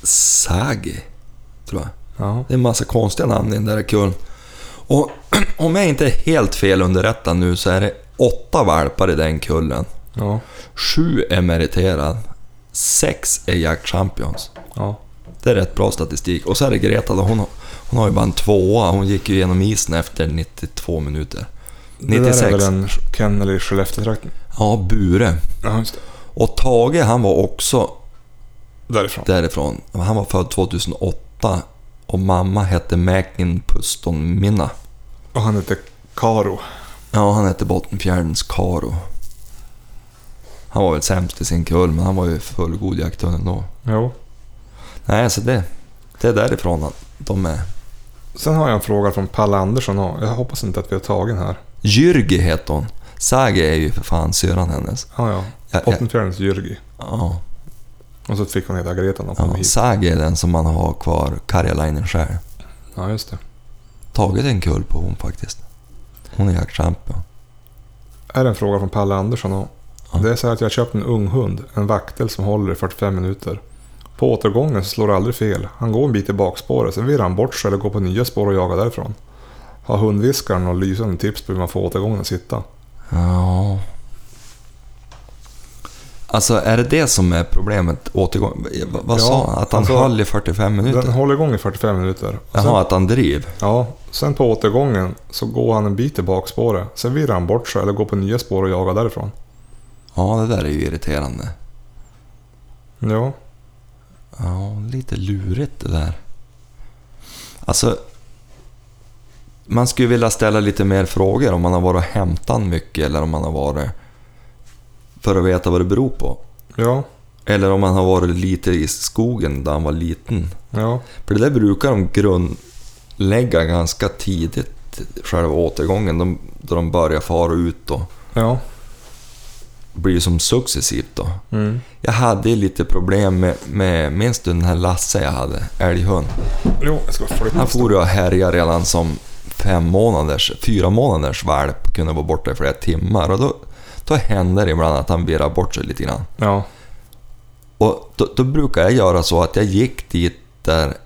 A: Sagi, tror jag.
B: Ja.
A: Det är en massa konstiga namn i den där kullen. Och om jag inte är helt fel underrättad nu så är det åtta valpar i den kullen.
B: Ja.
A: Sju är meriterad. Sex är jaktchampions.
B: Ja.
A: Det är rätt bra statistik. Och så är det Greta då, hon, har- hon har ju bara en tvåa. Hon gick ju igenom isen efter 92 minuter.
B: Det
A: 96.
B: där är väl en kennel i Skellefteå-trakten?
A: Ja, Bure.
B: Ja, just det.
A: Och Tage han var också
B: Därifrån.
A: därifrån. Han var född 2008 och mamma hette Mäkin Puston Minna.
B: Och han heter Karo.
A: Ja, han hette Bottenfjärdens Karo. Han var väl sämst i sin kull, men han var ju fullgod jakthund ändå.
B: Jo.
A: Nej, så det, det är därifrån han, de är.
B: Sen har jag en fråga från Palle Andersson. och Jag hoppas inte att vi har tagit den här.
A: Jyrgi heter hon. Sage är ju för fan syrran hennes.
B: Ja,
A: Ja,
B: ja.
A: ja,
B: Bottenfjärdens Jyrki.
A: ja,
B: Och så fick hon heta Greta när hon kom
A: ja.
B: hit.
A: Sage är den som man har kvar Karjalainen själv.
B: Ja, just det.
A: Tagit en kull på hon faktiskt. Hon är jaktchampion.
B: Här är en fråga från Palle Andersson. och
A: Ja.
B: Det är så här att jag har köpt en ung hund. En vaktel som håller i 45 minuter. På återgången så slår det aldrig fel. Han går en bit i bakspåret, sen virrar han bort sig eller går på nya spår och jagar därifrån. Har hundviskaren och lysande tips på hur man får återgången att sitta?
A: Ja. Alltså är det det som är problemet? Återgång? v- Vad
B: Ja,
A: sa han? Att han
B: alltså,
A: höll i 45 minuter?
B: Den håller igång i 45 minuter. Och sen
A: Jaha, att han driv?
B: Ja, sen på återgången så går han en bit i bakspåret. Sen virrar han bort sig eller går på nya spår och jagar därifrån.
A: Ja, det där är ju irriterande.
B: Ja,
A: Ja, lite lurigt det där. Alltså, man skulle vilja ställa lite mer frågor om man har varit och hämtat mycket eller om man har varit... För att veta vad det beror på.
B: ja,
A: Eller om man har varit lite i skogen där han var liten.
B: ja.
A: För det där brukar de grundlägga ganska tidigt, själva återgången, de, då de börjar fara ut då.
B: Ja,
A: blir som successivt då.
B: mm.
A: Jag hade ju lite problem med, med minns du den här Lasse jag hade, älghund?
B: Jo, jag ska flytta.
A: Han for ju och härjade redan som fem månaders, fyra månaders valp, kunde vara borta i flera timmar och då, då händer det ibland att han virrar bort sig lite grann.
B: Ja,
A: Och då, då brukar jag göra så att jag gick dit där,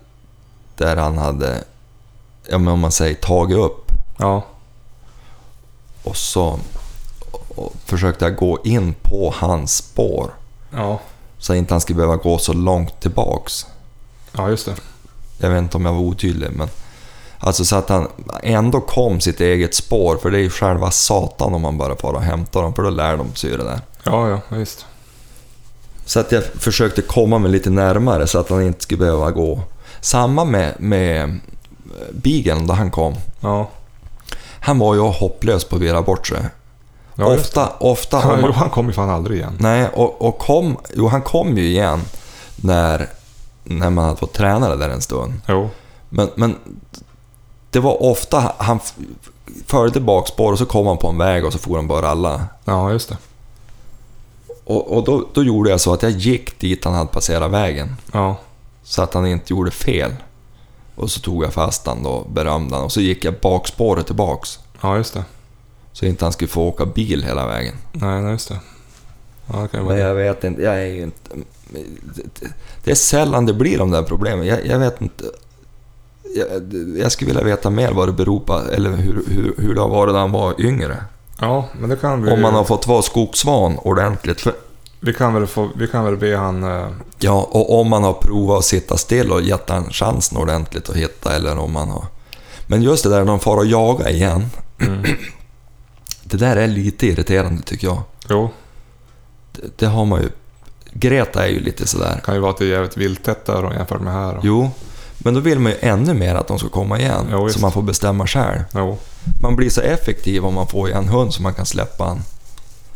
A: där han hade, ja men om man säger tagit upp.
B: ja,
A: Och så och försökte jag gå in på hans spår.
B: ja.
A: Så att inte han skulle behöva gå så långt tillbaks.
B: Ja, just det.
A: Jag vet inte om jag var otydlig men. Alltså så att han ändå kom sitt eget spår. För det är ju själva satan om man bara far och hämtar dem. För då lär de sig ju det där.
B: Ja, ja, visst.
A: Så att jag försökte komma mig lite närmare så att han inte skulle behöva gå. Samma med, med eh, Beagle, då han kom.
B: Ja,
A: Han var ju hopplös på att vira bort sig.
B: ja just det.
A: ofta, ofta... om
B: Ja,
A: man-
B: jo, han kom ju fan aldrig igen.
A: Nej, och, och kom, jo, han kom ju igen när, när man hade fått träna det där en stund.
B: Jo.
A: Men, men det var ofta han f- följde bakspår och så kom han på en väg och så for han bara alla.
B: Ja, just det.
A: Och, och då, då gjorde jag så att jag gick dit han hade passerat vägen.
B: Ja.
A: Så att han inte gjorde fel. Och så tog jag fast han då, berömde han och så gick jag bakspåret tillbaks.
B: Ja, just det.
A: Så inte han skulle få åka bil hela vägen.
B: Nej, nej, just det. Ja, det kan
A: Men
B: ju vara.
A: jag vet inte, jag är ju inte... Det är sällan det blir de där problemen. Jag, jag vet inte... Jag, jag skulle vilja veta mer vad det beror på, eller hur, hur, hur det har varit när han var yngre.
B: Ja, men det kan vi
A: Om man har
B: ju...
A: fått vara skogsvan ordentligt. För,
B: Vi kan väl, få, vi kan väl be han... eh,
A: ja, och om man har provat att sitta still och gett han chansen ordentligt att hitta, eller om man har... Men just det där när de far och jagar igen.
B: Mm.
A: Det där är lite irriterande tycker jag.
B: Jo,
A: Det, det har man ju... Greta är ju lite sådär.
B: det kan ju vara att det är jävligt vilttätt där och jämfört med här. Och,
A: Jo, men då vill man ju ännu mer att de ska komma igen.
B: Ja, visst.
A: så man får bestämma själv.
B: jo.
A: Man blir så effektiv om man får en hund som man kan släppa en.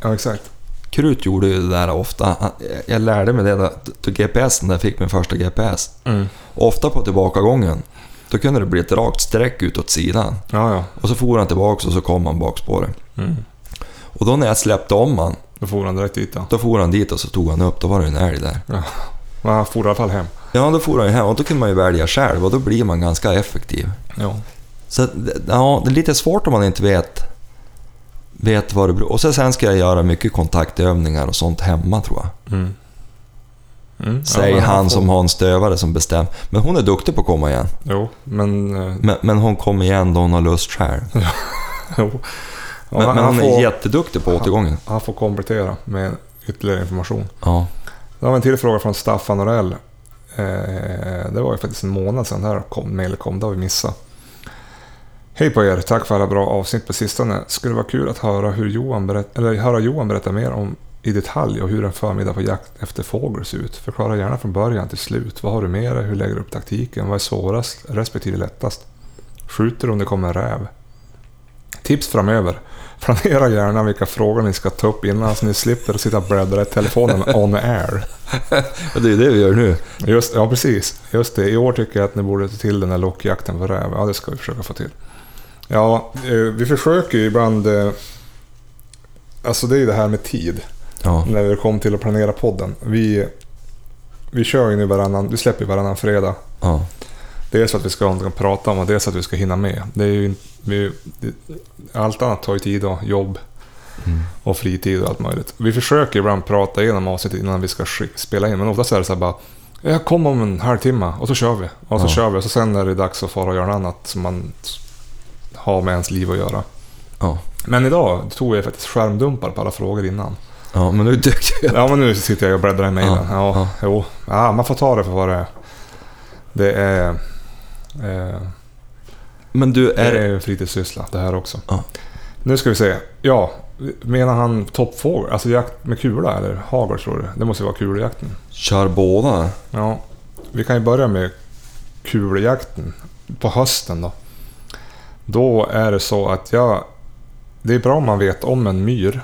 B: Ja, exakt.
A: Krut gjorde ju det där ofta. Han- Jag lärde mig det där, då GPSen, när jag fick min första GPS.
B: Mm.
A: Ofta på tillbakagången, då kunde det bli ett rakt streck utåt sidan.
B: Ja, ja.
A: Och så for han tillbaka och så kom han bakspåret.
B: Mm.
A: Och då när jag släppte om han,
B: Då for han direkt dit då.
A: då for han dit och så tog han upp, då var det en älg där.
B: Men han for i alla fall hem.
A: Ja, då for han ju hem och då kunde man ju välja själv och då blir man ganska effektiv.
B: Ja.
A: Så att, ja, det är lite svårt om man inte vet, vet vad det beror Och så sen ska jag göra mycket kontaktövningar och sånt hemma tror jag.
B: Mm. Mm.
A: Säger
B: ja, men
A: han
B: får-
A: som har en stövare som bestämmer. Men hon är duktig på att komma igen.
B: Jo, men... eh,
A: Men, men hon kommer igen då hon har lust själv.
B: jo. Ja,
A: Men,
B: han,
A: men
B: han,
A: hon är
B: får,
A: jätteduktig på återgången.
B: han får komplettera med ytterligare information.
A: Ja.
B: Då har vi en till fråga från Staffan Norell. Eh, det var ju faktiskt en månad sedan det här kom, mejlet kom, det har vi missat. Hej på er, tack för alla bra avsnitt på sistone. Skulle vara kul att höra, hur Johan berätt, eller höra Johan berätta mer om i detalj och hur en förmiddag på jakt efter fågel ser ut. Förklara gärna från början till slut. Vad har du med dig? Hur lägger du upp taktiken? Vad är svårast respektive lättast? Skjuter du om det kommer en räv? Tips framöver. Planera gärna vilka frågor ni ska ta upp innan så ni slipper sitta och bläddra i telefonen on air.
A: Och det är det vi gör nu.
B: Just, ja, precis. Just det. I år tycker jag att ni borde ta till den här lockjakten på räv. Ja, det ska vi försöka få till. Ja, eh, vi försöker ju ibland... eh, Alltså det är ju det här med tid.
A: Ja.
B: När vi kom till att planera podden. Vi, vi kör ju nu varannan... Vi släpper ju varannan fredag.
A: ja.
B: Dels för att vi ska ha något att prata om och dels för att vi ska hinna med. Det är ju, in- vi, det, allt annat tar ju tid och jobb
A: Mm.
B: och fritid och allt möjligt. Vi försöker ibland prata igenom avsnittet innan vi ska sk- spela in, men oftast är det så här bara jag kommer om en halvtimme och så kör vi. Och så
A: Ja.
B: kör vi och så sen är det dags att fara och göra något annat som man s- har med ens liv att göra.
A: Ja.
B: Men idag tog jag faktiskt skärmdumpar på alla frågor innan.
A: ja, men nu dök det ju.
B: Ja, men nu sitter jag och bläddrar i mejlen. Ja,
A: Ja, ja.
B: jo. Ja, man får ta det för vad det är. Det är... Eh,
A: Men du,
B: det
A: är
B: är ju fritidssyssla det här också.
A: Ja.
B: Nu ska vi se. Ja, menar han toppfågel? Alltså jakt med kula eller hagel tror du? Det måste ju vara kuljakten.
A: kör båda?
B: Ja, vi kan ju börja med kuljakten på hösten då. Då är det så att jag... Det är bra om man vet om en myr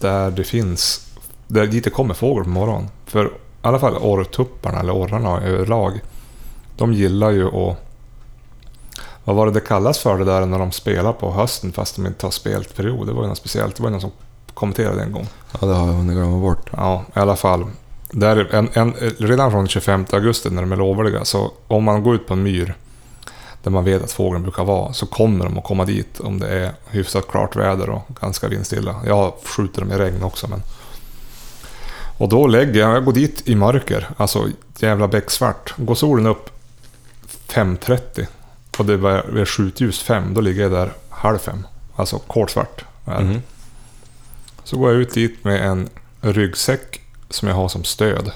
B: där det finns... Där dit det kommer fågel på morgonen. För i alla fall orrtupparna eller orrarna överlag. De gillar ju att... Vad var det det kallas för det där när de spelar på hösten fast de inte har spelperiod? Det var ju något speciellt. Det var ju någon som kommenterade det en gång.
A: Ja, det har jag hunnit glömma bort.
B: Ja, i alla fall. Där är en, en, redan från 25 augusti när de är lovliga, så om man går ut på en myr där man vet att fågeln brukar vara, så kommer de att komma dit om det är hyfsat klart väder och ganska vindstilla. Jag skjuter dem i regn också, men... Och då lägger jag... Jag går dit i mörker, alltså jävla becksvart. Går solen upp 5.30 och det börjar- det är skjutljus 5, då ligger jag där halv fem. Alltså kolsvart. är det.
A: Mm.
B: Så går jag ut dit med en ryggsäck som jag har som stöd.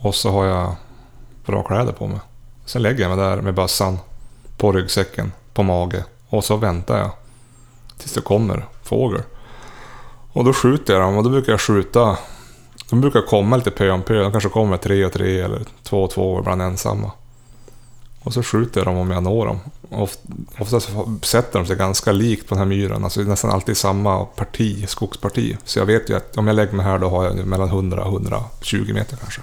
B: Och så har jag bra kläder på mig. Sen lägger jag mig där med bössan på ryggsäcken, på mage. Och så väntar jag tills det kommer fågel. Och då skjuter jag dem och då brukar jag skjuta. De brukar komma lite pö om pö. De kanske kommer tre och tre eller två och två och ibland ensamma. Och så skjuter jag dem om jag når dem. Oft- Oftast sätter de sig ganska likt på den här myren, alltså det är nästan alltid samma parti, skogsparti. Så jag vet ju att om jag lägger mig här då har jag mellan 100 och 120 meter kanske.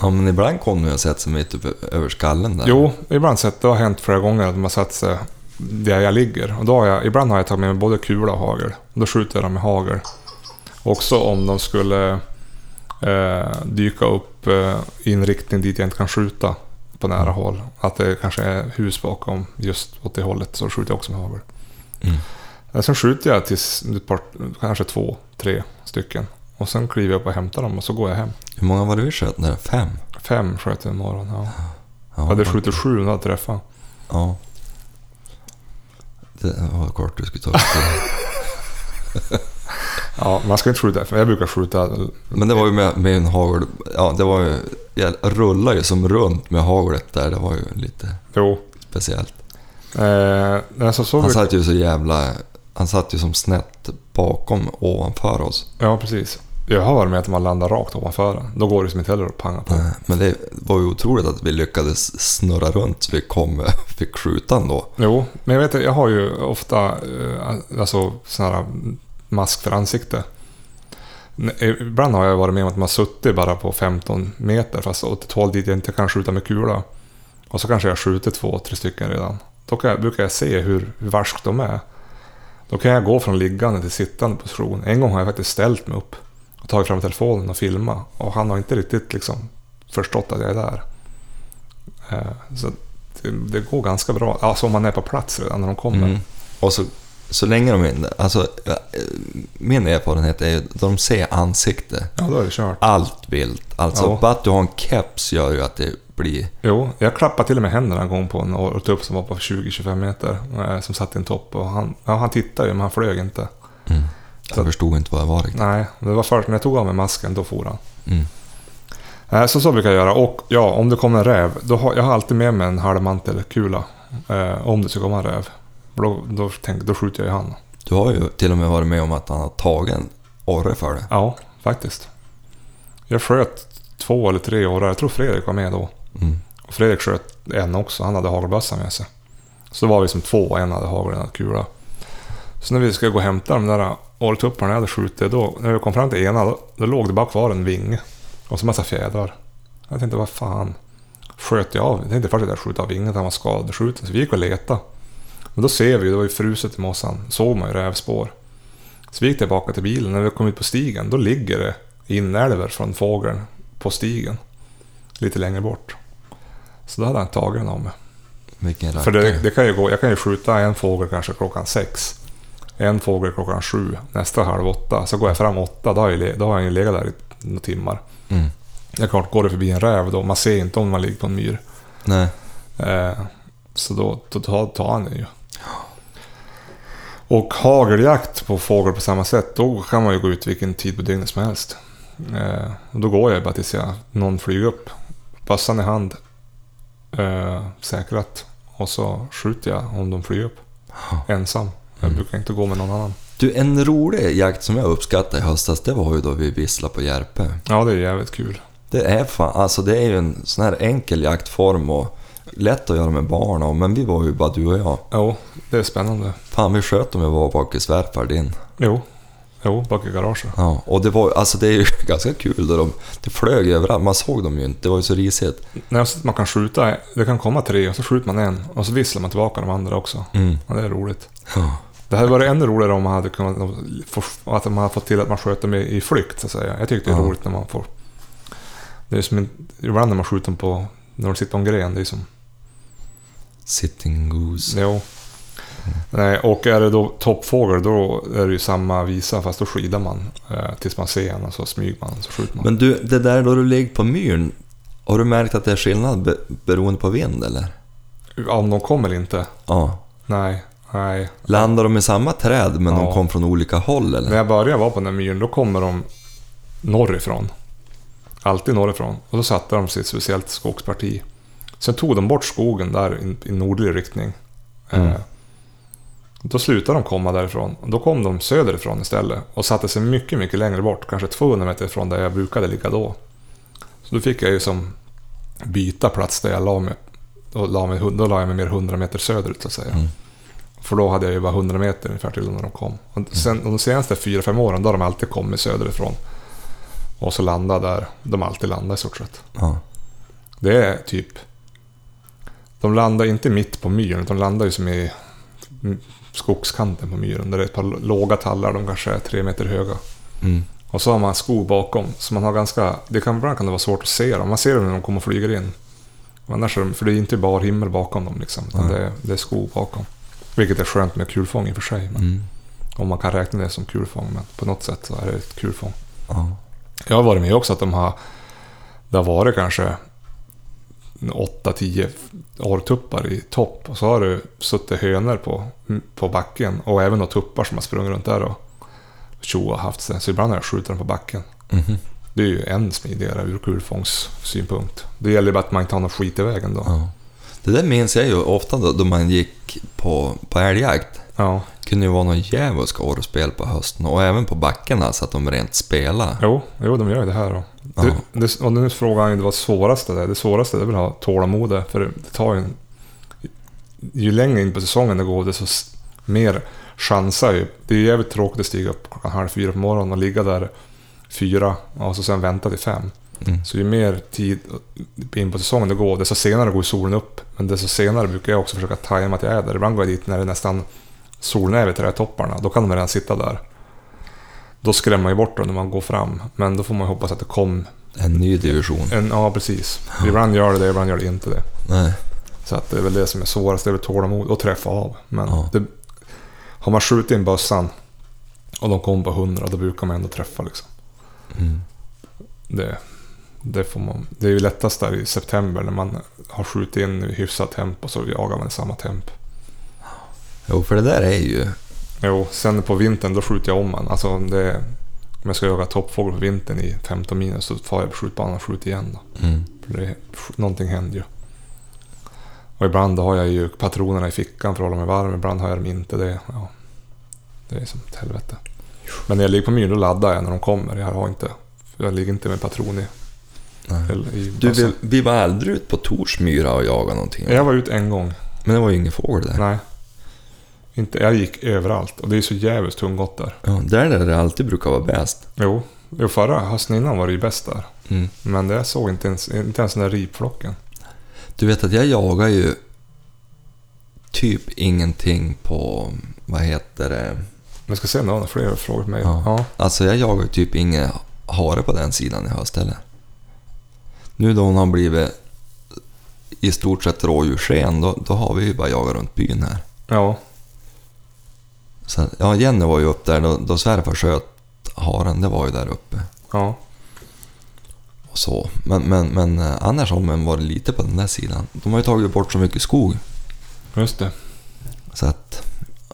A: Ja, men ibland kom det ju och sätter sig mitt uppe över skallen där.
B: Jo, ibland sett, det har hänt flera gånger att de har satt sig där jag ligger. Och då har jag, ibland har jag tagit med mig både kula och hagel. Då skjuter jag dem med hagel. Också om de skulle eh, dyka upp eh, i en riktning dit jag inte kan skjuta på nära håll. Att det kanske är hus bakom just åt det hållet så skjuter jag också med hagel.
A: Mm.
B: Eh, Sen skjuter jag tills ett par, kanske två, tre stycken. Och sen kliver jag upp och hämtar dem och så går jag hem.
A: Hur många var det vi sköt där? Fem?
B: Fem sköt jag imorgon. Ja. Jag hade skjutit sju när jag träffade.
A: Ja. Det var kort du skulle ta upp det.
B: Ja, man ska inte skjuta. för Jag brukar skjuta
A: Men det var ju med, med en hagel... Ja, det var ju... Jag rullade ju som runt med haglet där. Det var ju lite
B: Jo.
A: speciellt.
B: Eh, alltså så
A: Han
B: brukar,
A: satt ju så jävla... Han satt ju som snett bakom ovanför oss.
B: ja, precis. Jag har varit med att man landar rakt ovanför den. Då går det som inte heller att panga på.
A: Nej, Men det var ju otroligt att vi lyckades snurra runt så vi kom, fick skjuta ändå.
B: Jo, men jag vet jag har ju ofta eh, alltså, sån här mask för ansikte. N- eh, Ibland har jag varit med om att man har suttit bara på 15 meter fast åt ett håll dit jag inte kan skjuta med kula. Och så kanske jag skjuter två, tre stycken redan. Då kan jag, brukar jag se hur, hur varskt de är. Då kan jag gå från liggande till sittande position. En gång har jag faktiskt ställt mig upp och tagit fram telefonen och filmat. Och han har inte riktigt liksom förstått att jag är där. Eh, Så det, det går ganska bra. Alltså om man är på plats redan när de kommer.
A: Mm. Och så, så länge de inte... Alltså, eh, min erfarenhet är ju att de ser ansikte.
B: Ja, då är det kört.
A: Allt vilt. Alltså,
B: Ja.
A: bara att du har en keps gör ju att det blir...
B: Jo, jag klappade till och med händerna en gång på en ortupp som var på 20-25 meter. eh, Som satt i en topp. Och han, ja, han tittade ju, men han flög inte.
A: Jag
B: Så-
A: förstod inte vad det var riktigt.
B: Nej, det var först när jag tog av mig masken, då for han.
A: Mm.
B: Nej, så så brukar jag göra. Och ja, om det kommer en räv. Då har, jag har alltid med mig en halvmantelkula. Eh, om det ska komma en räv. Då, då, tänk, då skjuter jag i han.
A: Du har ju till och med varit med om att han har tagit en orre för det.
B: Ja, faktiskt. Jag sköt två eller tre år. Jag tror Fredrik var med då.
A: Mm.
B: Och Fredrik sköt en också. Han hade hagelbössa med sig. Så då var vi som två och en hade hagel och en hade kula. Så när vi skulle gå och hämta de där orretupparna jag hade skjutit. Då, när vi kom fram till ena, då, då låg det bara kvar en vinge. Och så massa fjädrar. Jag tänkte, vad fan. Sköt jag av? Jag tänkte först att jag sköt av vingen, att han var skadeskjuten. Så vi gick och letade. Men då ser vi ju, det var ju fruset i mossan. Såg man ju rävspår. Så vi gick tillbaka till bilen. När vi kom ut på stigen, då ligger det inälvor från fågeln på stigen. Lite längre bort. Så då hade han tagit den av mig.
A: Vilken rackare.
B: För det, det kan ju gå, jag kan ju skjuta en fågel kanske klockan sex. En fågel klockan sju, nästa halv åtta. Så går jag fram åtta, då har jag, ju le- då har jag ju legat där i några timmar.
A: Mm.
B: Det är klart, går det förbi en räv då, man ser inte om man ligger på en myr.
A: Nej.
B: Eh, så då, då tar, tar han den ju. Och hageljakt på fågel på samma sätt, då kan man ju gå ut vilken tid på dygnet som helst. Eh, och då går jag bara tills jag, någon flyger upp. Bössan i hand, eh, säkrat. Och så skjuter jag om de flyger upp. Ensam. Jag
A: Mm.
B: brukar inte gå med någon annan.
A: Du, en rolig jakt som jag uppskattade i höstas, det var ju då vi visslade på Järpe.
B: Ja, det är jävligt kul.
A: Det är fan, alltså det är ju en sån här enkel jaktform och lätt att göra med barn och, men vi var ju bara du och jag.
B: Jo, det är spännande.
A: Fan, vi sköt om vi var bak i svärfar din.
B: Jo, jo bak i garaget.
A: Ja, och det var alltså det är ju ganska kul då de, det flög överallt, man såg dem ju inte, det var ju så risigt.
B: Nej, så att man kan skjuta, det kan komma tre och så skjuter man en och så visslar man tillbaka de andra också.
A: Mm.
B: Ja, det är roligt.
A: Ja.
B: Det hade varit ännu roligare om man hade kunnat få, att man hade fått till att man sköt dem i, i flykt så att säga. Jag tycker det är
A: Ja.
B: roligt när man får... Det är som en, ibland när man skjuter dem på... När de sitter på en gren, det är som...
A: Sitting goose.
B: Jo. Nej, och är det då toppfågel då är det ju samma visa fast då skidar man eh, tills man ser en och så smyger man och så skjuter man.
A: Men du, det där då du ligger på myren, har du märkt att det är skillnad be, beroende på vind eller?
B: Om de kommer eller inte?
A: Ja.
B: Nej, nej.
A: Landar de i samma träd men
B: Ja.
A: de kom från olika håll eller?
B: När jag började vara på den här myren, då kommer de norrifrån. Alltid norrifrån. Och då satte de sitt speciellt skogsparti. Sen tog de bort skogen där i- i nordlig riktning.
A: Mm.
B: Eh, Då slutade de komma därifrån. Då kom de söderifrån istället och satte sig mycket, mycket längre bort. Kanske 200 meter från där jag brukade ligga då. Så då fick jag ju som byta plats där jag la mig. Då la, mig, då la jag mig mer 100 meter söderut så att säga.
A: Mm.
B: För då hade jag ju bara 100 meter ungefär till när de kom. Och sen, de senaste 4-5 åren då har de alltid kommit söderifrån. Och så landa där de alltid landar i stort sett.
A: Ja.
B: Det är typ... De landar inte mitt på myren, utan de landar ju som i mm, skogskanten på myren. Där det är ett par låga tallar, de kanske är tre meter höga.
A: Mm.
B: Och så har man skog bakom, så man har ganska... Det kan, ibland kan det vara svårt att se dem. Man ser dem när de kommer och flyger in. Och Annars är de, för det är inte bar himmel bakom dem, liksom, utan
A: Nej.
B: det, är- det är skog bakom. Vilket är skönt med kulfång i och för sig. Men,
A: Mm.
B: Om man kan räkna det som kulfång, men på något sätt så är det ett kulfång.
A: Ja.
B: Jag har varit med också att de har... Det har varit kanske 8-10 orrtuppar i topp. Och så har du suttit hönor på, på backen. Och även några tuppar som har sprungit runt där och tjoa haft sig. Så ibland har jag skjutit dem på backen.
A: Mhm.
B: Det är ju en smidigare ur kulfångssynpunkt. Det gäller bara att man inte har någon skit i vägen då.
A: Ja. Det där minns jag ju ofta då, då man gick på, på älgjakt.
B: Ja,
A: Det kunde ju vara någon djävulsk orrspel på hösten och även på backarna så att de rent spelade.
B: jo, jo de gör ju det här då.
A: Ja.
B: Det, det, och nu frågar han ju vad det svåraste är. Det svåraste det är väl att ha tålamod. För det, det tar ju en, Ju längre in på säsongen det går, desto s- mer chansar ju. Det är ju jävligt tråkigt att stiga upp klockan halv fyra på morgonen och ligga där fyra och så sen vänta till fem.
A: Mm.
B: Så ju mer tid in på säsongen det går, desto senare går solen upp. Men desto senare brukar jag också försöka tajma att jag är där. Ibland går jag dit när det nästan solen är vid trädtopparna. Då kan de redan sitta där. Då skrämmer man ju bort dem när man går fram. Men då får man ju hoppas att det kom
A: En ny division.
B: en, ja, precis. Ibland gör det det, ibland gör det inte det.
A: Nej.
B: Så att det är väl det som är svårast, det är väl tålamod och träffa av. Men
A: Ja.
B: det, har man skjutit in bössan och de kommer på 100, då brukar man ändå träffa. Liksom.
A: Mm.
B: Det, det, får man, det är ju lättast där i september när man har skjutit in i hyfsat temp och så jagar man i samma temp.
A: Jo, för det där är ju...
B: Jo, sen på vintern då skjuter jag om man. Alltså om, det, om jag ska jaga toppfågel på vintern i 15 minus så far jag på skjutbanan och skjuter igen. Då.
A: Mm.
B: För det, någonting händer ju. Och ibland har jag ju patronerna i fickan för att hålla mig varm, ibland har jag dem inte. Det, ja, det är som ett helvete. Men när jag ligger på myren då laddar jag när de kommer. Jag, har inte, jag ligger inte med patron i...
A: Nej.
B: eller i
A: Du,
B: bössan.
A: vi, vi var aldrig ute på Torsmyra och jagade någonting.
B: Jag var ute en gång.
A: Men det var ju ingen fågel där.
B: Nej. Inte, jag gick överallt och det är så jävligt tunggott där.
A: Ja, där där det alltid brukar vara bäst.
B: Jo, jo, förra hösten innan var det ju bäst där.
A: Mm.
B: Men det jag såg inte ens, inte ens den där ripflocken.
A: Du vet att jag jagar ju typ ingenting på, vad heter det?
B: Men jag ska se om du har några fler frågor på mig.
A: Ja.
B: Ja.
A: Alltså jag jagar ju typ ingen hare på den sidan i höst heller. Nu då hon har blivit i stort sett rådjurssken, då, då har vi ju bara jagat runt byn här.
B: ja.
A: Så, att- ja, Jenny var ju upp där, då, då svärfar sköt haren, det var ju där uppe.
B: ja.
A: Och så. Men, men, men eh, annars har man varit lite på den där sidan. De har ju tagit bort så mycket skog.
B: Just det.
A: Så att,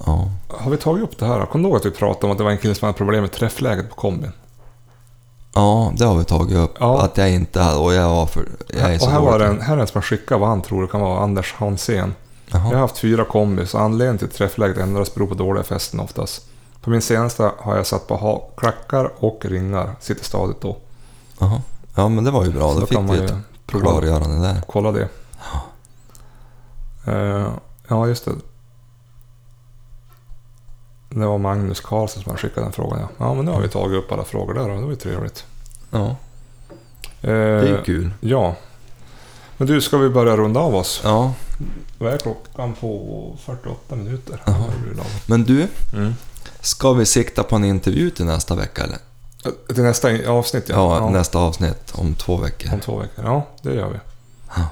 A: ja.
B: Har vi tagit upp det här? Kommer du ihåg att vi pratade om att det var en kille som hade problem med träffläget på kombin?
A: Ja, det har vi tagit upp.
B: Ja.
A: Att jag inte hade, och jag var för... Jag är så
B: och här
A: dålig.
B: var det en, här är en som har skickat vad han tror det kan vara, Anders Hansén. Jag
A: Jaha.
B: har haft fyra kombis och anledningen till att träffläget ändras beror på dåliga fästen oftast. På min senaste har jag satt på ha klackar och ringar, sitter stadigt då.
A: Jaha. Ja, men det var ju bra.
B: Så
A: Då fick
B: kan
A: vi
B: man
A: ett
B: ju prova
A: klargörande där.
B: kolla det. Eh, ja, just det. Det var Magnus Karlsson som hade skickat den frågan. Ja, ja men nu har vi tagit upp alla frågor där och det var ju trevligt.
A: Ja,
B: Eh,
A: det är ju kul.
B: Ja. Men du, ska vi börja runda av oss?
A: Ja,
B: Vad är klockan på 48 minuter?
A: Jaha.
B: Det blir lagom.
A: men du,
B: Mm.
A: ska vi sikta på en intervju till nästa vecka eller?
B: Eh, Till nästa i- avsnitt, ja.
A: Ja,
B: Ja,
A: nästa avsnitt om två veckor.
B: Om två veckor. Ja, det gör vi.
A: Ja.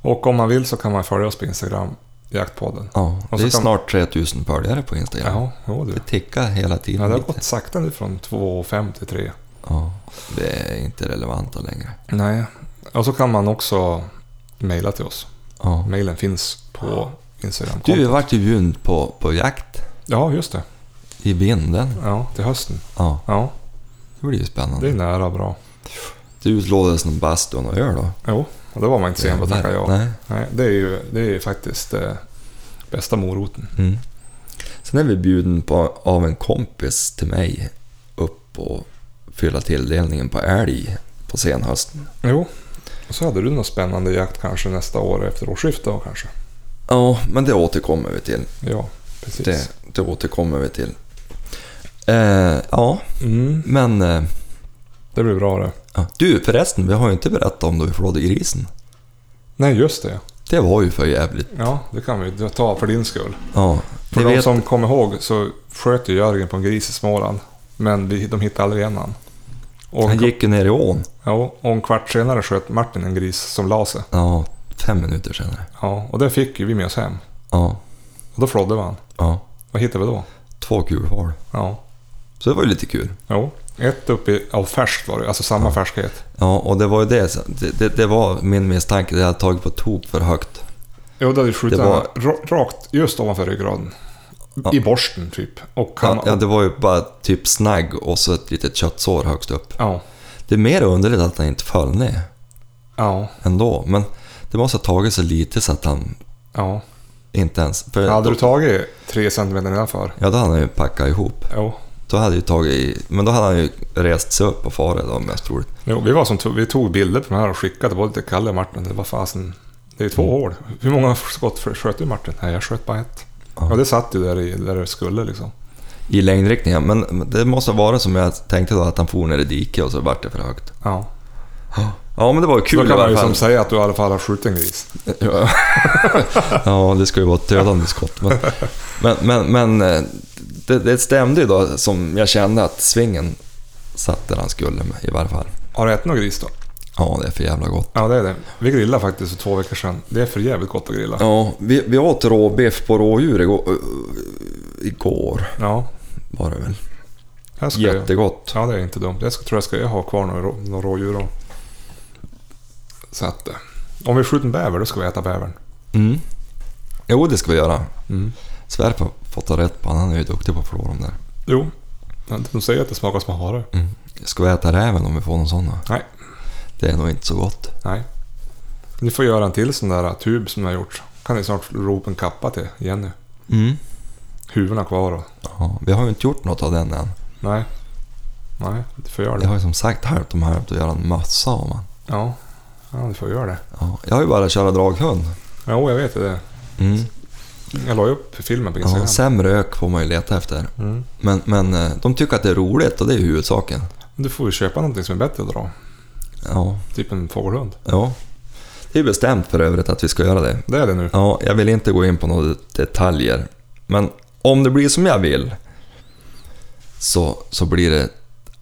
B: Och om man vill så kan man följa oss på Instagram, Jaktpodden.
A: Ja, det
B: Och så
A: är
B: kan-
A: snart 3000 följare på Instagram.
B: Ja, jo, du.
A: Det tickar hela tiden.
B: Ja, det har
A: lite.
B: gått sakta nu från 2,5 till 3.
A: Ja, det är inte relevant längre.
B: Nej. Och så kan man också mejla till oss.
A: Ja.
B: Mejlen finns på Instagram.
A: Du, vi vart ju bjuden på, på jakt
B: Ja, just det.
A: i vinden.
B: Ja, till hösten.
A: Ja,
B: Ja,
A: det blir ju spännande.
B: det är
A: Det,
B: nära bra.
A: utlovades någon bastu och någon öl då.
B: Jo, och det var man inte sen på att tacka ja.
A: Nej.
B: Nej, det är ju, det är ju faktiskt eh, bästa moroten.
A: Mm. Sen är vi bjuden på, av en kompis till mig upp och fylla tilldelningen på älg på senhösten.
B: Jo, och så hade du någon spännande jakt kanske nästa år efter årsskiftet då kanske.
A: Ja, men det återkommer vi till.
B: Ja, precis.
A: Det, det återkommer vi till. Eh, ja,
B: Mm.
A: men eh,
B: Det blir bra det.
A: Ja. Du förresten, vi har ju inte berättat om då vi förlorade grisen.
B: Nej, just det.
A: Det var ju för jävligt.
B: Ja, det kan vi ta för din skull.
A: Ja,
B: För
A: ni
B: de
A: vet,
B: som kommer ihåg så sköt ju Jörgen på en gris i Småland. Men vi, de hittade aldrig igen han. Och,
A: han gick ju ner i ån.
B: ja, och en kvart senare sköt Martin en gris som la sig.
A: Ja, fem minuter senare.
B: Ja, och det fick ju vi med oss hem.
A: Ja,
B: Och då flådde vi han.
A: ja.
B: Vad hittade vi då?
A: Två kulhål.
B: Ja,
A: Så det var ju lite kul.
B: jo. Ett uppe i, av färskt var det alltså samma färskhet.
A: Ja, och det var ju det. som- Det, det, det var min misstanke. Det hade tagit på tok för högt.
B: Jo, då hade vi skjutit
A: Det var-
B: ra- rakt just ovanför ryggraden.
A: Ja.
B: I borsten typ. Och han,
A: Ja, ja, det var ju bara typ snagg och så ett litet köttsår högst upp.
B: ja,
A: Det är mer underligt att han inte föll ner
B: ja,
A: ändå. Men det måste ha tagit så lite så att han
B: ja.
A: inte ens... För
B: Hade du
A: då,
B: tagit tre centimeter nedanför?
A: ja, då hade han ju packat ihop.
B: Jo.
A: Då hade ju tagit i, men då hade han ju rest sig upp och farit då mest troligt.
B: Jo, vi var som tog, vi tog bilder på de här och skickade både till Kalle och Martin. Det var fasen. Det är
A: Mm.
B: två hål. Hur många skott för- sköt du Martin? Nej, jag sköt bara ett.
A: Ja.
B: Ja, det satt ju där, i, där det skulle liksom.
A: I längdriktningen. Men det måste vara som jag tänkte då, att han for ner i diket och så vart det för högt.
B: Ja.
A: Ja, men det var ju
B: Kul
A: kul
B: Då kan
A: i
B: man ju
A: alla
B: som
A: fall.
B: säga att du i alla fall har skjutit en gris.
A: Ja. ja, det ska ju vara ett dödande skott. Men, men, men, men eh, det, det stämde ju då som jag kände att svingen satt där han skulle med, i varje fall.
B: Har du ätit någon gris då?
A: Ja, det är för jävla gott.
B: Ja, det är det. Vi grillade faktiskt för två veckor sedan. Det är för jävligt gott att grilla.
A: Ja, vi, vi åt råbiff på rådjur igår, eh, igår
B: Ja.
A: var det väl.
B: Här ska jag,
A: Jättegott.
B: ja, det är inte dumt. Jag ska, tror jag ska jag ha kvar några, rå- några rådjur då. Så att... eh, Om vi skjuter en bäver, då ska vi äta bävern.
A: Mm. Jo, det ska vi göra.
B: Mm.
A: Svärp har fått ta rätt på han, han är ju duktig på att förlora dem där.
B: Jo. De säger att det smakar som hare.
A: Ska vi äta räven om vi får någon sån då?
B: Nej.
A: Det är nog inte så gott.
B: Nej. Ni får göra en till sån där äh, tub som jag har gjort. Kan ni snart ropa en kappa till Jenny.
A: Mm.
B: Huvudena kvar och...
A: Ja, vi har ju inte gjort något av den än.
B: Nej. Nej, du får göra
A: Jag
B: det.
A: har ju som sagt halvt om halvt att göra en massa av man.
B: Ja. Ja, du får göra det.
A: Ja, jag har ju bara köra draghund.
B: Jo, jag vet ju det.
A: Mm.
B: Jag la ju upp filmen på
A: Ja,
B: Instagram.
A: sämre ök får man ju leta efter.
B: Mm.
A: Men, men eh, de tycker att det är roligt och det är ju huvudsaken.
B: Du får ju köpa någonting som är bättre att dra.
A: Ja,
B: Typ en fågelhund.
A: ja. Det är bestämt för övrigt att vi ska göra det.
B: Det är det nu.
A: Ja, jag vill inte gå in på några detaljer. Men om det blir som jag vill så, så blir det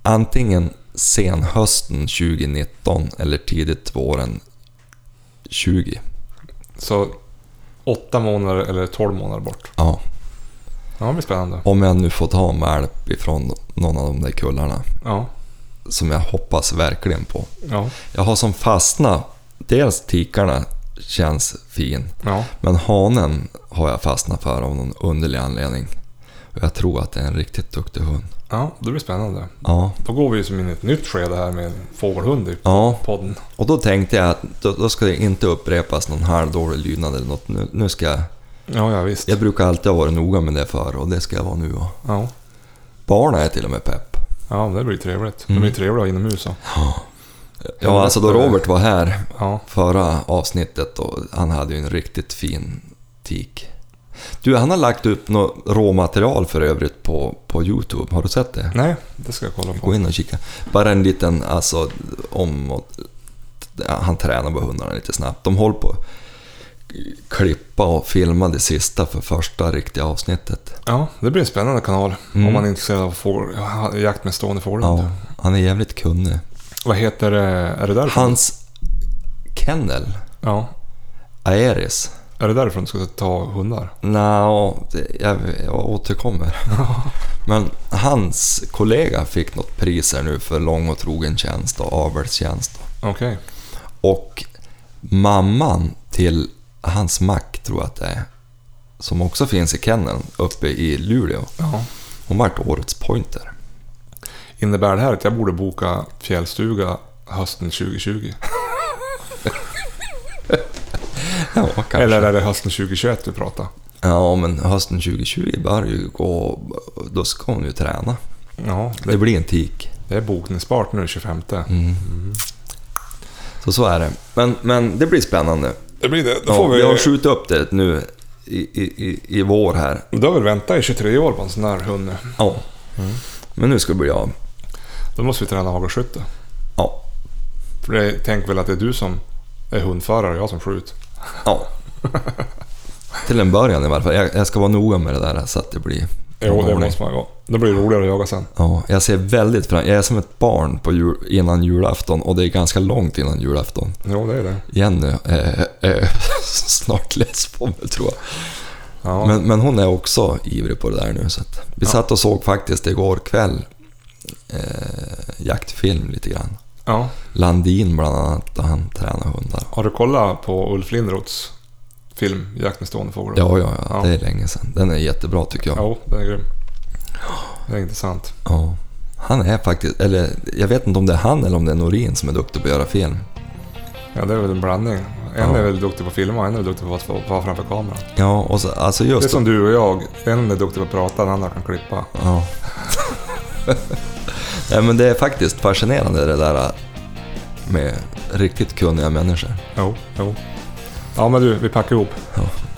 A: antingen senhösten 2019 eller tidigt våren 20.
B: Så åtta månader eller tolv månader bort.
A: Ja,
B: Ja, det blir spännande.
A: om jag nu får ta en valp ifrån någon av de där kullarna
B: Ja.
A: som jag hoppas verkligen på.
B: Ja.
A: Jag har som fastnat, dels tikarna känns fin,
B: Ja.
A: men hanen har jag fastnat för av någon underlig anledning. Och jag tror att det är en riktigt duktig hund.
B: Ja, det blir spännande.
A: Ja,
B: Då går vi ju som in i ett nytt skede här med en fågelhund i
A: ja.
B: podden.
A: Och då tänkte jag att då, då ska det inte upprepas någon halvdålig lydnad eller något. Nu, nu ska jag...
B: Ja, ja visst.
A: Jag brukar alltid ha varit noga med det förr och det ska jag vara nu och
B: Ja.
A: Barnen är till och med pepp.
B: Ja, men det blir trevligt.
A: Mm.
B: De är trevliga inomhus. Så.
A: Ja, alltså då Robert var här
B: Ja,
A: förra avsnittet och han hade ju en riktigt fin tik. Du, han har lagt upp något råmaterial för övrigt på, på Youtube. Har du sett det?
B: nej, det ska jag kolla
A: Gå
B: på.
A: in och kika. Bara en liten, alltså om... och- ja, Han tränar bara hundarna lite snabbt. De håller på att klippa och filma det sista för första riktiga avsnittet.
B: Ja, det blir en spännande kanal
A: Mm.
B: om man är intresserad av fågel, ja, jakt med stående fågelhund.
A: Ja, han är jävligt kunnig.
B: Vad heter det? Är det därifrån?
A: Hans kennel,
B: Ja.
A: Aeris.
B: Är det därifrån du ska ta hundar?
A: Nja, det- jag, jag återkommer. Men hans kollega fick något pris här nu för lång och trogen tjänst och avelstjänst.
B: Okej.
A: Och mamman till hans mack, tror jag att det är, som också finns i kenneln uppe i Luleå,
B: Ja.
A: hon vart årets pointer.
B: Innebär det här att jag borde boka fjällstuga hösten 2020?
A: Ja, kanske.
B: Eller är det hösten 2021 vi pratar?
A: Ja, men hösten 2020 börjar ju gå... Då ska hon ju träna.
B: Ja,
A: Det
B: det,
A: blir en tik.
B: det är bokningsbart nu 25.
A: Mm. Så så är det. Men, men det blir spännande.
B: Det blir det. Då
A: Ja,
B: får
A: vi...
B: vi...
A: har skjutit upp det nu i, i, i, i vår här.
B: Du har väl väntat i 23 år på en sån här hund nu?
A: Ja. Mm. Men nu ska det bli av.
B: Då måste vi träna hagelskytte.
A: Ja.
B: För det, tänk väl att det är du som är hundförare och jag som skjut.
A: Ja. Till en början i varje fall. Jag, jag ska vara noga med det där så att det blir...
B: Jo, det
A: ordning.
B: måste man ju vara. Då blir det roligare att jaga sen.
A: Ja, jag ser väldigt fram Jag är som ett barn på jul, innan julafton och det är ganska långt innan julafton.
B: Jo, det är det.
A: Jenny är eh, snart less på mig tror jag.
B: Ja.
A: Men, men hon är också ivrig på det där nu. Så att vi
B: Ja.
A: satt och såg faktiskt igår kväll eh, jaktfilm lite grann.
B: ja.
A: Landin bland annat, där han tränar hundar.
B: Har du kollat på Ulf Lindroths film Jakt med stående fåglar?
A: Ja, ja, ja,
B: Ja.
A: det är länge sedan. Den är jättebra tycker jag.
B: Jo, den är grym. Det är intressant.
A: Ja. Han är faktiskt, eller jag vet inte om det är han eller om det är Norin som är duktig på att göra film.
B: Ja, det är väl en blandning. En
A: Ja.
B: är väl duktig på att filma, en är duktig på att vara- vara framför kameran.
A: Ja, och så, alltså
B: Det är
A: just...
B: som du och jag. En är duktig på att prata, den andra kan klippa.
A: Ja. Nej, men det är faktiskt fascinerande det där äh, med riktigt kunniga människor.
B: Jo, jo. Ja, men du, vi packar ihop.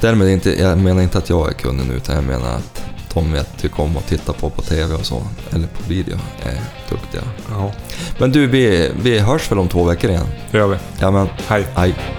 A: Därmed inte, jag menar inte att jag är kunden utan jag menar att de jag tycker om att titta på på TV och så, eller på video, är duktiga.
B: Ja,
A: Men du, vi, vi hörs väl om två veckor igen?
B: det gör vi.
A: Ja, men
B: Hej.
A: aj.